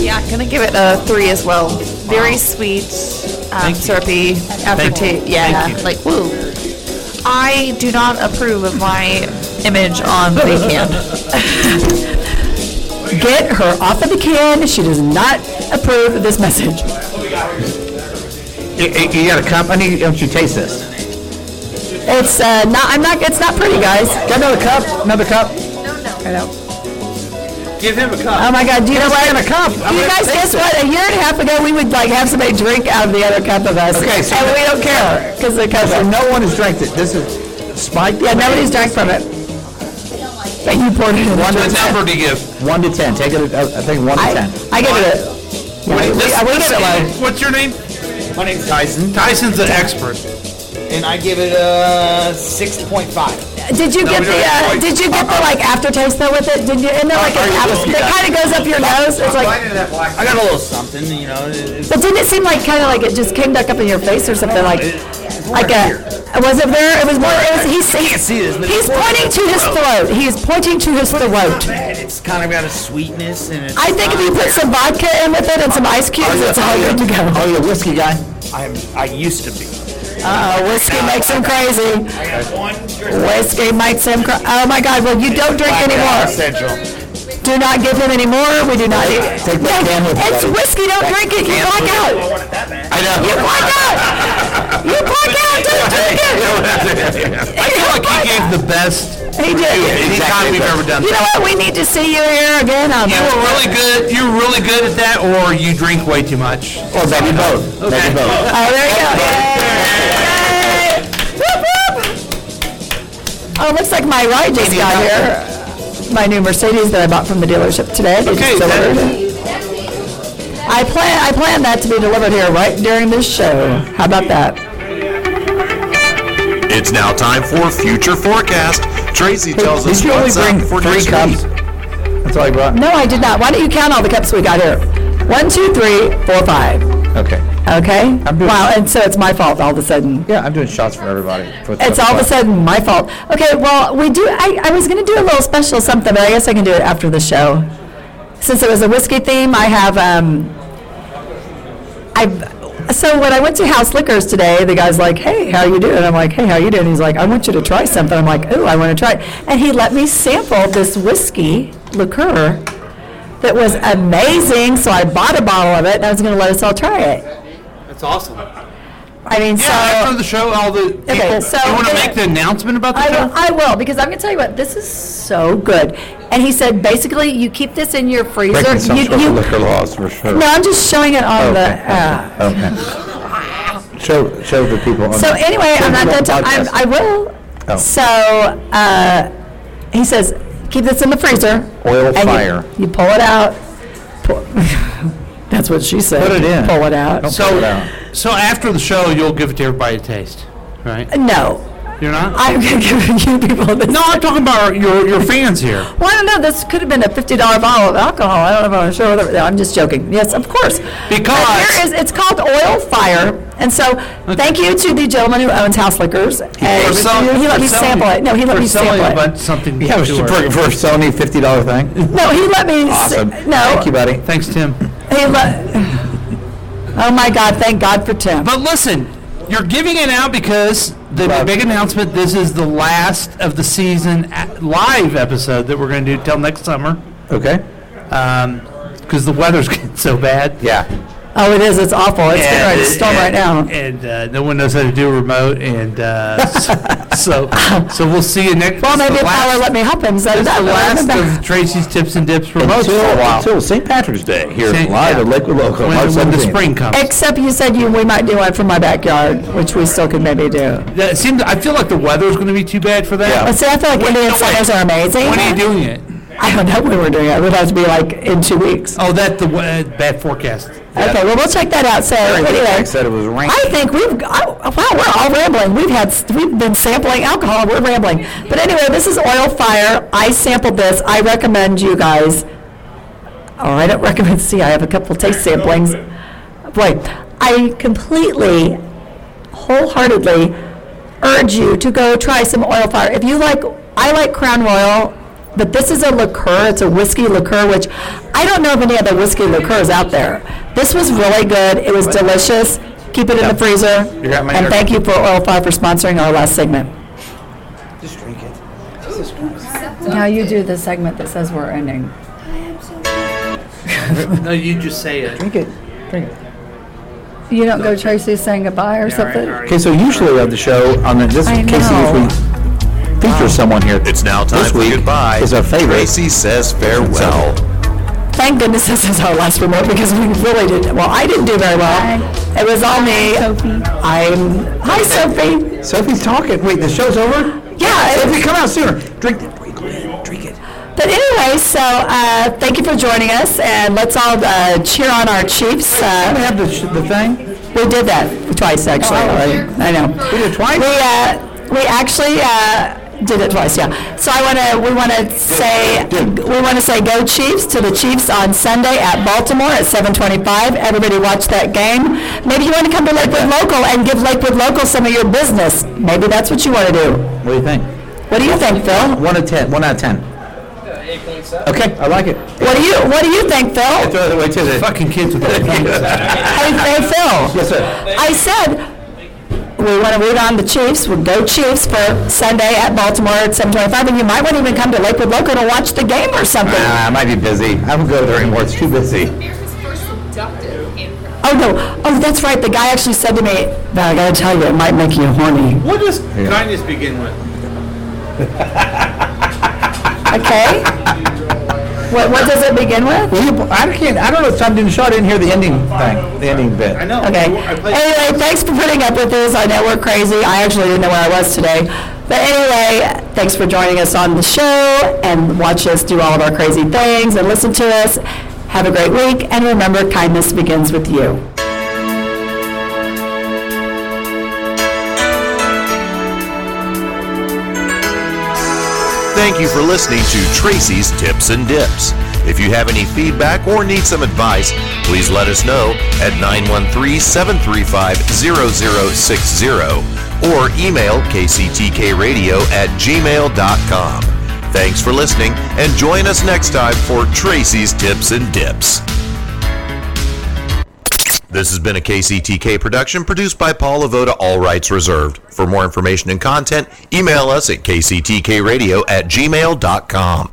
[SPEAKER 16] Yeah, I'm gonna give it a three as well. Very sweet, um, syrupy aftertaste. Yeah, like woo. I do not approve of my image on the can.
[SPEAKER 14] Get her off of the can. She does not approve of this message.
[SPEAKER 2] You, you- you got a cup? I need. Don't you taste this?
[SPEAKER 14] It's uh, not. I'm not. It's not pretty, guys.
[SPEAKER 2] Got another cup? Another cup?
[SPEAKER 14] I know.
[SPEAKER 18] Give him a cup.
[SPEAKER 14] Oh my God! Do you know what?
[SPEAKER 18] In a cup.
[SPEAKER 14] Do
[SPEAKER 18] I'm
[SPEAKER 14] you
[SPEAKER 18] gonna
[SPEAKER 14] guys
[SPEAKER 18] taste
[SPEAKER 14] guess what? A year and a half ago, we would like have somebody drink out of the other cup of us,
[SPEAKER 2] Okay, so-
[SPEAKER 14] and we don't care because the cup.
[SPEAKER 2] So no one has drank it. This is spiked.
[SPEAKER 14] Yeah, nobody's drank from it. But you poured it in.
[SPEAKER 2] One to
[SPEAKER 14] What
[SPEAKER 2] ten.
[SPEAKER 14] number
[SPEAKER 2] do you give? One to ten. Take it. uh, I think one to ten.
[SPEAKER 14] I give it a. Yeah,
[SPEAKER 2] Wait,
[SPEAKER 14] we-
[SPEAKER 2] this-
[SPEAKER 14] I would give it like.
[SPEAKER 7] What's your name?
[SPEAKER 18] My name's Tyson.
[SPEAKER 7] Tyson's an expert.
[SPEAKER 18] And I give it a six point five.
[SPEAKER 14] Did you
[SPEAKER 18] No,
[SPEAKER 14] get
[SPEAKER 18] we
[SPEAKER 14] the?
[SPEAKER 18] don't have
[SPEAKER 14] Uh,
[SPEAKER 18] points.
[SPEAKER 14] did you get the like aftertaste though with it? Did you? And then like
[SPEAKER 18] I-
[SPEAKER 14] an
[SPEAKER 18] I
[SPEAKER 14] apple,
[SPEAKER 18] will,
[SPEAKER 14] it
[SPEAKER 18] yeah.
[SPEAKER 14] kind of goes up your nose. It's like.
[SPEAKER 18] I got a little something, you know. it-
[SPEAKER 14] But didn't it seem like kind of like it just came back up in your face or something like, like a, was it there? It was more. It was, he's he's pointing to his throat. He's pointing to his throat.
[SPEAKER 18] It's kind of got a sweetness and it's
[SPEAKER 14] I think if
[SPEAKER 18] not-
[SPEAKER 14] you put some vodka in with it and some ice cubes, it's all good to go.
[SPEAKER 2] Are you a whiskey guy?
[SPEAKER 18] I'm. I used to be.
[SPEAKER 14] Uh, whiskey makes him crazy. Whiskey makes him. Cra- oh my God! Well, you don't drink anymore. Do not give him any more. We do not. Take
[SPEAKER 2] that can with
[SPEAKER 14] It's
[SPEAKER 2] you.
[SPEAKER 14] whiskey. Don't drink it. You black out.
[SPEAKER 2] I know.
[SPEAKER 14] You black out. You black out. Don't drink
[SPEAKER 2] <laughs>
[SPEAKER 14] it.
[SPEAKER 7] I feel like he gave the best
[SPEAKER 14] He did.
[SPEAKER 7] review any time we've ever done.
[SPEAKER 14] You know what? We need to see you here again. On
[SPEAKER 7] You
[SPEAKER 14] this.
[SPEAKER 7] were really good. You were really good at that, or you drink way too much.
[SPEAKER 2] Or maybe both.
[SPEAKER 7] Okay.
[SPEAKER 2] Maybe both.
[SPEAKER 14] Oh, there you go. Whoop, whoop. Oh, it looks like my ride just got here. My new Mercedes that I bought from the dealership today. they just
[SPEAKER 7] Okay, that-
[SPEAKER 14] delivered. I plan I plan that to be delivered here right during this show. How about that?
[SPEAKER 19] It's now time for future forecast. Tracy tells
[SPEAKER 2] Did
[SPEAKER 19] us
[SPEAKER 2] you only
[SPEAKER 19] what's
[SPEAKER 2] bring
[SPEAKER 19] up for
[SPEAKER 2] three
[SPEAKER 19] next
[SPEAKER 2] cups?
[SPEAKER 19] week.
[SPEAKER 2] That's all I brought.
[SPEAKER 14] No, I did not. Why don't you count all the cups we got here? One, two, three, four, five.
[SPEAKER 2] Okay.
[SPEAKER 14] Okay.
[SPEAKER 2] I'm doing-
[SPEAKER 14] wow, and so it's my fault all of a sudden.
[SPEAKER 2] Yeah, I'm doing shots for everybody. For
[SPEAKER 14] It's all of a sudden my fault. Okay, well, we do, I, I was going to do a little special something, but I guess I can do it after the show. Since it was a whiskey theme, I have, um, I, so when I went to House Liquors today, the guy's like, hey, how you doing? I'm like, hey, how you doing? He's like, I want you to try something. I'm like, ooh, I want to try it. And he let me sample this whiskey liqueur that was amazing, so I bought a bottle of it, and I was going to let us all try it.
[SPEAKER 7] That's awesome.
[SPEAKER 14] I mean, so.
[SPEAKER 7] Yeah, after the show, all the people.
[SPEAKER 14] Okay, so
[SPEAKER 7] you want to
[SPEAKER 14] then-
[SPEAKER 7] make the announcement about the
[SPEAKER 14] I
[SPEAKER 7] show?
[SPEAKER 14] will, I will, because I'm going to tell you what, this is so good. And he said, basically, you keep this in your freezer.
[SPEAKER 2] Breaking some
[SPEAKER 14] you-
[SPEAKER 2] sort
[SPEAKER 14] you-
[SPEAKER 2] of liquor laws for sure.
[SPEAKER 14] No, I'm just showing it on the,
[SPEAKER 2] Okay,
[SPEAKER 14] uh,
[SPEAKER 2] Okay. Show, show the people. on
[SPEAKER 14] so
[SPEAKER 2] the-
[SPEAKER 14] anyway,
[SPEAKER 2] show
[SPEAKER 14] I'm
[SPEAKER 2] the
[SPEAKER 14] not
[SPEAKER 2] people on
[SPEAKER 14] done, ta- I'm-
[SPEAKER 2] podcast.
[SPEAKER 14] I will.
[SPEAKER 2] Oh.
[SPEAKER 14] So, uh, he says, keep this in the freezer.
[SPEAKER 2] Oh, Oil
[SPEAKER 14] and you-
[SPEAKER 2] fire.
[SPEAKER 14] You pull it out. Pull- <laughs> That's what she said.
[SPEAKER 7] Put it in.
[SPEAKER 14] Pull it out.
[SPEAKER 7] So, so after the show, you'll give it to everybody to taste, right?
[SPEAKER 14] No,
[SPEAKER 7] You're not?
[SPEAKER 14] I'm going to <laughs> give you people this.
[SPEAKER 7] No, I'm talking about your, your fans here.
[SPEAKER 14] Well, I don't know. This could have been a fifty-dollar bottle of alcohol. I don't know if I want to show it. No, I'm just joking. Yes, of course. Because here is, it's called Oil Fire, and so thank you to the gentleman who owns House Liquors. and he let me sample it. No, he let me sample it.
[SPEAKER 7] something.
[SPEAKER 2] Yeah, was she for, for a Sony fifty dollar thing?
[SPEAKER 14] No, he let me. s-
[SPEAKER 2] <laughs> Awesome.
[SPEAKER 14] <laughs> No,
[SPEAKER 2] Thank you, buddy.
[SPEAKER 7] Thanks, Tim.
[SPEAKER 14] he let. <sighs> Oh my God! Thank God for Tim.
[SPEAKER 7] But listen, you're giving it out because the big announcement. This is the last of the season a- live episode that we're going to do till next summer. um,
[SPEAKER 2] Okay.
[SPEAKER 7] Because the weather's <laughs> getting so bad.
[SPEAKER 2] Yeah.
[SPEAKER 14] Oh, it is. It's awful. It's getting ready to storm right now.
[SPEAKER 7] And uh, no one knows how to do a remote, and uh, <laughs> so, so so we'll see you next.
[SPEAKER 14] Well, maybe
[SPEAKER 7] the
[SPEAKER 14] if
[SPEAKER 7] last-
[SPEAKER 14] Tyler let me help him, so
[SPEAKER 7] That's
[SPEAKER 14] that
[SPEAKER 7] the last
[SPEAKER 14] that-
[SPEAKER 7] of Tracy's tips and dips promotes for a
[SPEAKER 2] Until,
[SPEAKER 7] while.
[SPEAKER 2] until St. Patrick's Day here
[SPEAKER 7] Saint-
[SPEAKER 2] live
[SPEAKER 7] yeah.
[SPEAKER 2] at Lakewood Local.
[SPEAKER 7] When-
[SPEAKER 2] March
[SPEAKER 7] when the
[SPEAKER 2] 17th.
[SPEAKER 7] spring comes.
[SPEAKER 14] Except you said you, we might do one from my backyard, which we still could maybe do.
[SPEAKER 7] That seemed, I feel like the weather's going to be too bad for that.
[SPEAKER 14] But see, I feel like Indian summers are amazing.
[SPEAKER 7] When are you doing it?
[SPEAKER 14] I don't know when we're doing it. It would have to be like in two weeks.
[SPEAKER 7] Oh, that the uh, bad forecast.
[SPEAKER 14] Okay, well, we'll check that out. So anyway,
[SPEAKER 2] it was raining.
[SPEAKER 14] I think we've, oh, wow, we're all rambling. We've had, we've been sampling alcohol, we're rambling. But anyway, this is Oil Fire. I sampled this. I recommend you guys, or I don't recommend, see, I have a couple taste samplings. Boy, I completely, wholeheartedly urge you to go try some Oil Fire. If you like, I like Crown Royal, but this is a liqueur, it's a whiskey liqueur, which I don't know of any other whiskey liqueurs out there. This was really good, it was delicious. Keep it in the freezer.
[SPEAKER 2] You got my
[SPEAKER 14] And
[SPEAKER 2] energy.
[SPEAKER 14] thank you for Oil Fire for sponsoring our last segment.
[SPEAKER 20] Just drink it. Jesus
[SPEAKER 14] Now you do the segment that says we're ending.
[SPEAKER 21] no, you just say it.
[SPEAKER 20] Drink it.
[SPEAKER 21] Drink it.
[SPEAKER 14] You don't go Tracy saying goodbye or something?
[SPEAKER 2] Okay, so usually of the show, on the, this
[SPEAKER 14] I
[SPEAKER 2] Casey
[SPEAKER 14] know.
[SPEAKER 2] usually features someone here. It's now
[SPEAKER 6] time
[SPEAKER 2] this
[SPEAKER 6] for
[SPEAKER 2] week
[SPEAKER 6] goodbye.
[SPEAKER 2] Is our favorite.
[SPEAKER 6] Tracy says farewell.
[SPEAKER 14] Thank goodness this is our last remote because we really did, well, I didn't do very well. It was all me. I'm, hi Sophie.
[SPEAKER 2] Sophie's talking. Wait, the show's over?
[SPEAKER 14] Yeah. it-
[SPEAKER 2] Sophie, come out sooner. Drink it.
[SPEAKER 14] But anyway, so uh, thank you for joining us, and let's all uh, cheer on our Chiefs. Uh, we
[SPEAKER 2] have the, the thing.
[SPEAKER 14] We did that twice, actually. already. I know. Oh, We did twice. We uh, we actually uh, did it twice. Yeah. So I want to we want to say we want to say go Chiefs to the Chiefs on Sunday at Baltimore at 7:25. Everybody watch that game. Maybe you want to come to Lakewood Local and give Lakewood Local some of your business. Maybe that's what you want to do.
[SPEAKER 2] What do you think?
[SPEAKER 14] What do you think, Phil?
[SPEAKER 2] One out ten. One out of ten. Okay, I like it.
[SPEAKER 14] What do you What do you think, Phil?
[SPEAKER 2] I throw it away to the fucking kids with their
[SPEAKER 14] Hey, hey, Phil.
[SPEAKER 2] <laughs> Yes, sir.
[SPEAKER 14] I said, we want to root on the Chiefs, we'll go Chiefs for Sunday at Baltimore at 7:25, and you might want to even come to Lakewood Local to watch the game or something.
[SPEAKER 2] Nah, Ah, I might be busy. I don't go there anymore. It's too busy.
[SPEAKER 14] Oh, no, oh, that's right, the guy actually said to me, "Val, I gotta tell you, it might make you horny.
[SPEAKER 21] What does kindness begin with?
[SPEAKER 14] Okay? What, what does it begin with?
[SPEAKER 2] I can't, I don't know, I didn't show, I didn't hear the ending thing, the ending bit. I know.
[SPEAKER 14] Okay. Anyway, thanks for putting up with this. I know we're crazy. I actually didn't know where I was today. But anyway, thanks for joining us on the show and watch us do all of our crazy things and listen to us. Have a great week and remember kindness begins with you.
[SPEAKER 6] Thank you for listening to Tracy's Tips and Dips. If you have any feedback or need some advice, please let us know at 913-735-0060 or email kctkradio at gmail.com. Thanks for listening and join us next time for Tracy's Tips and Dips. This has been a KCTK production produced by Paul Avoda, all rights reserved. For more information and content, email us at kctkradio at gmail.com.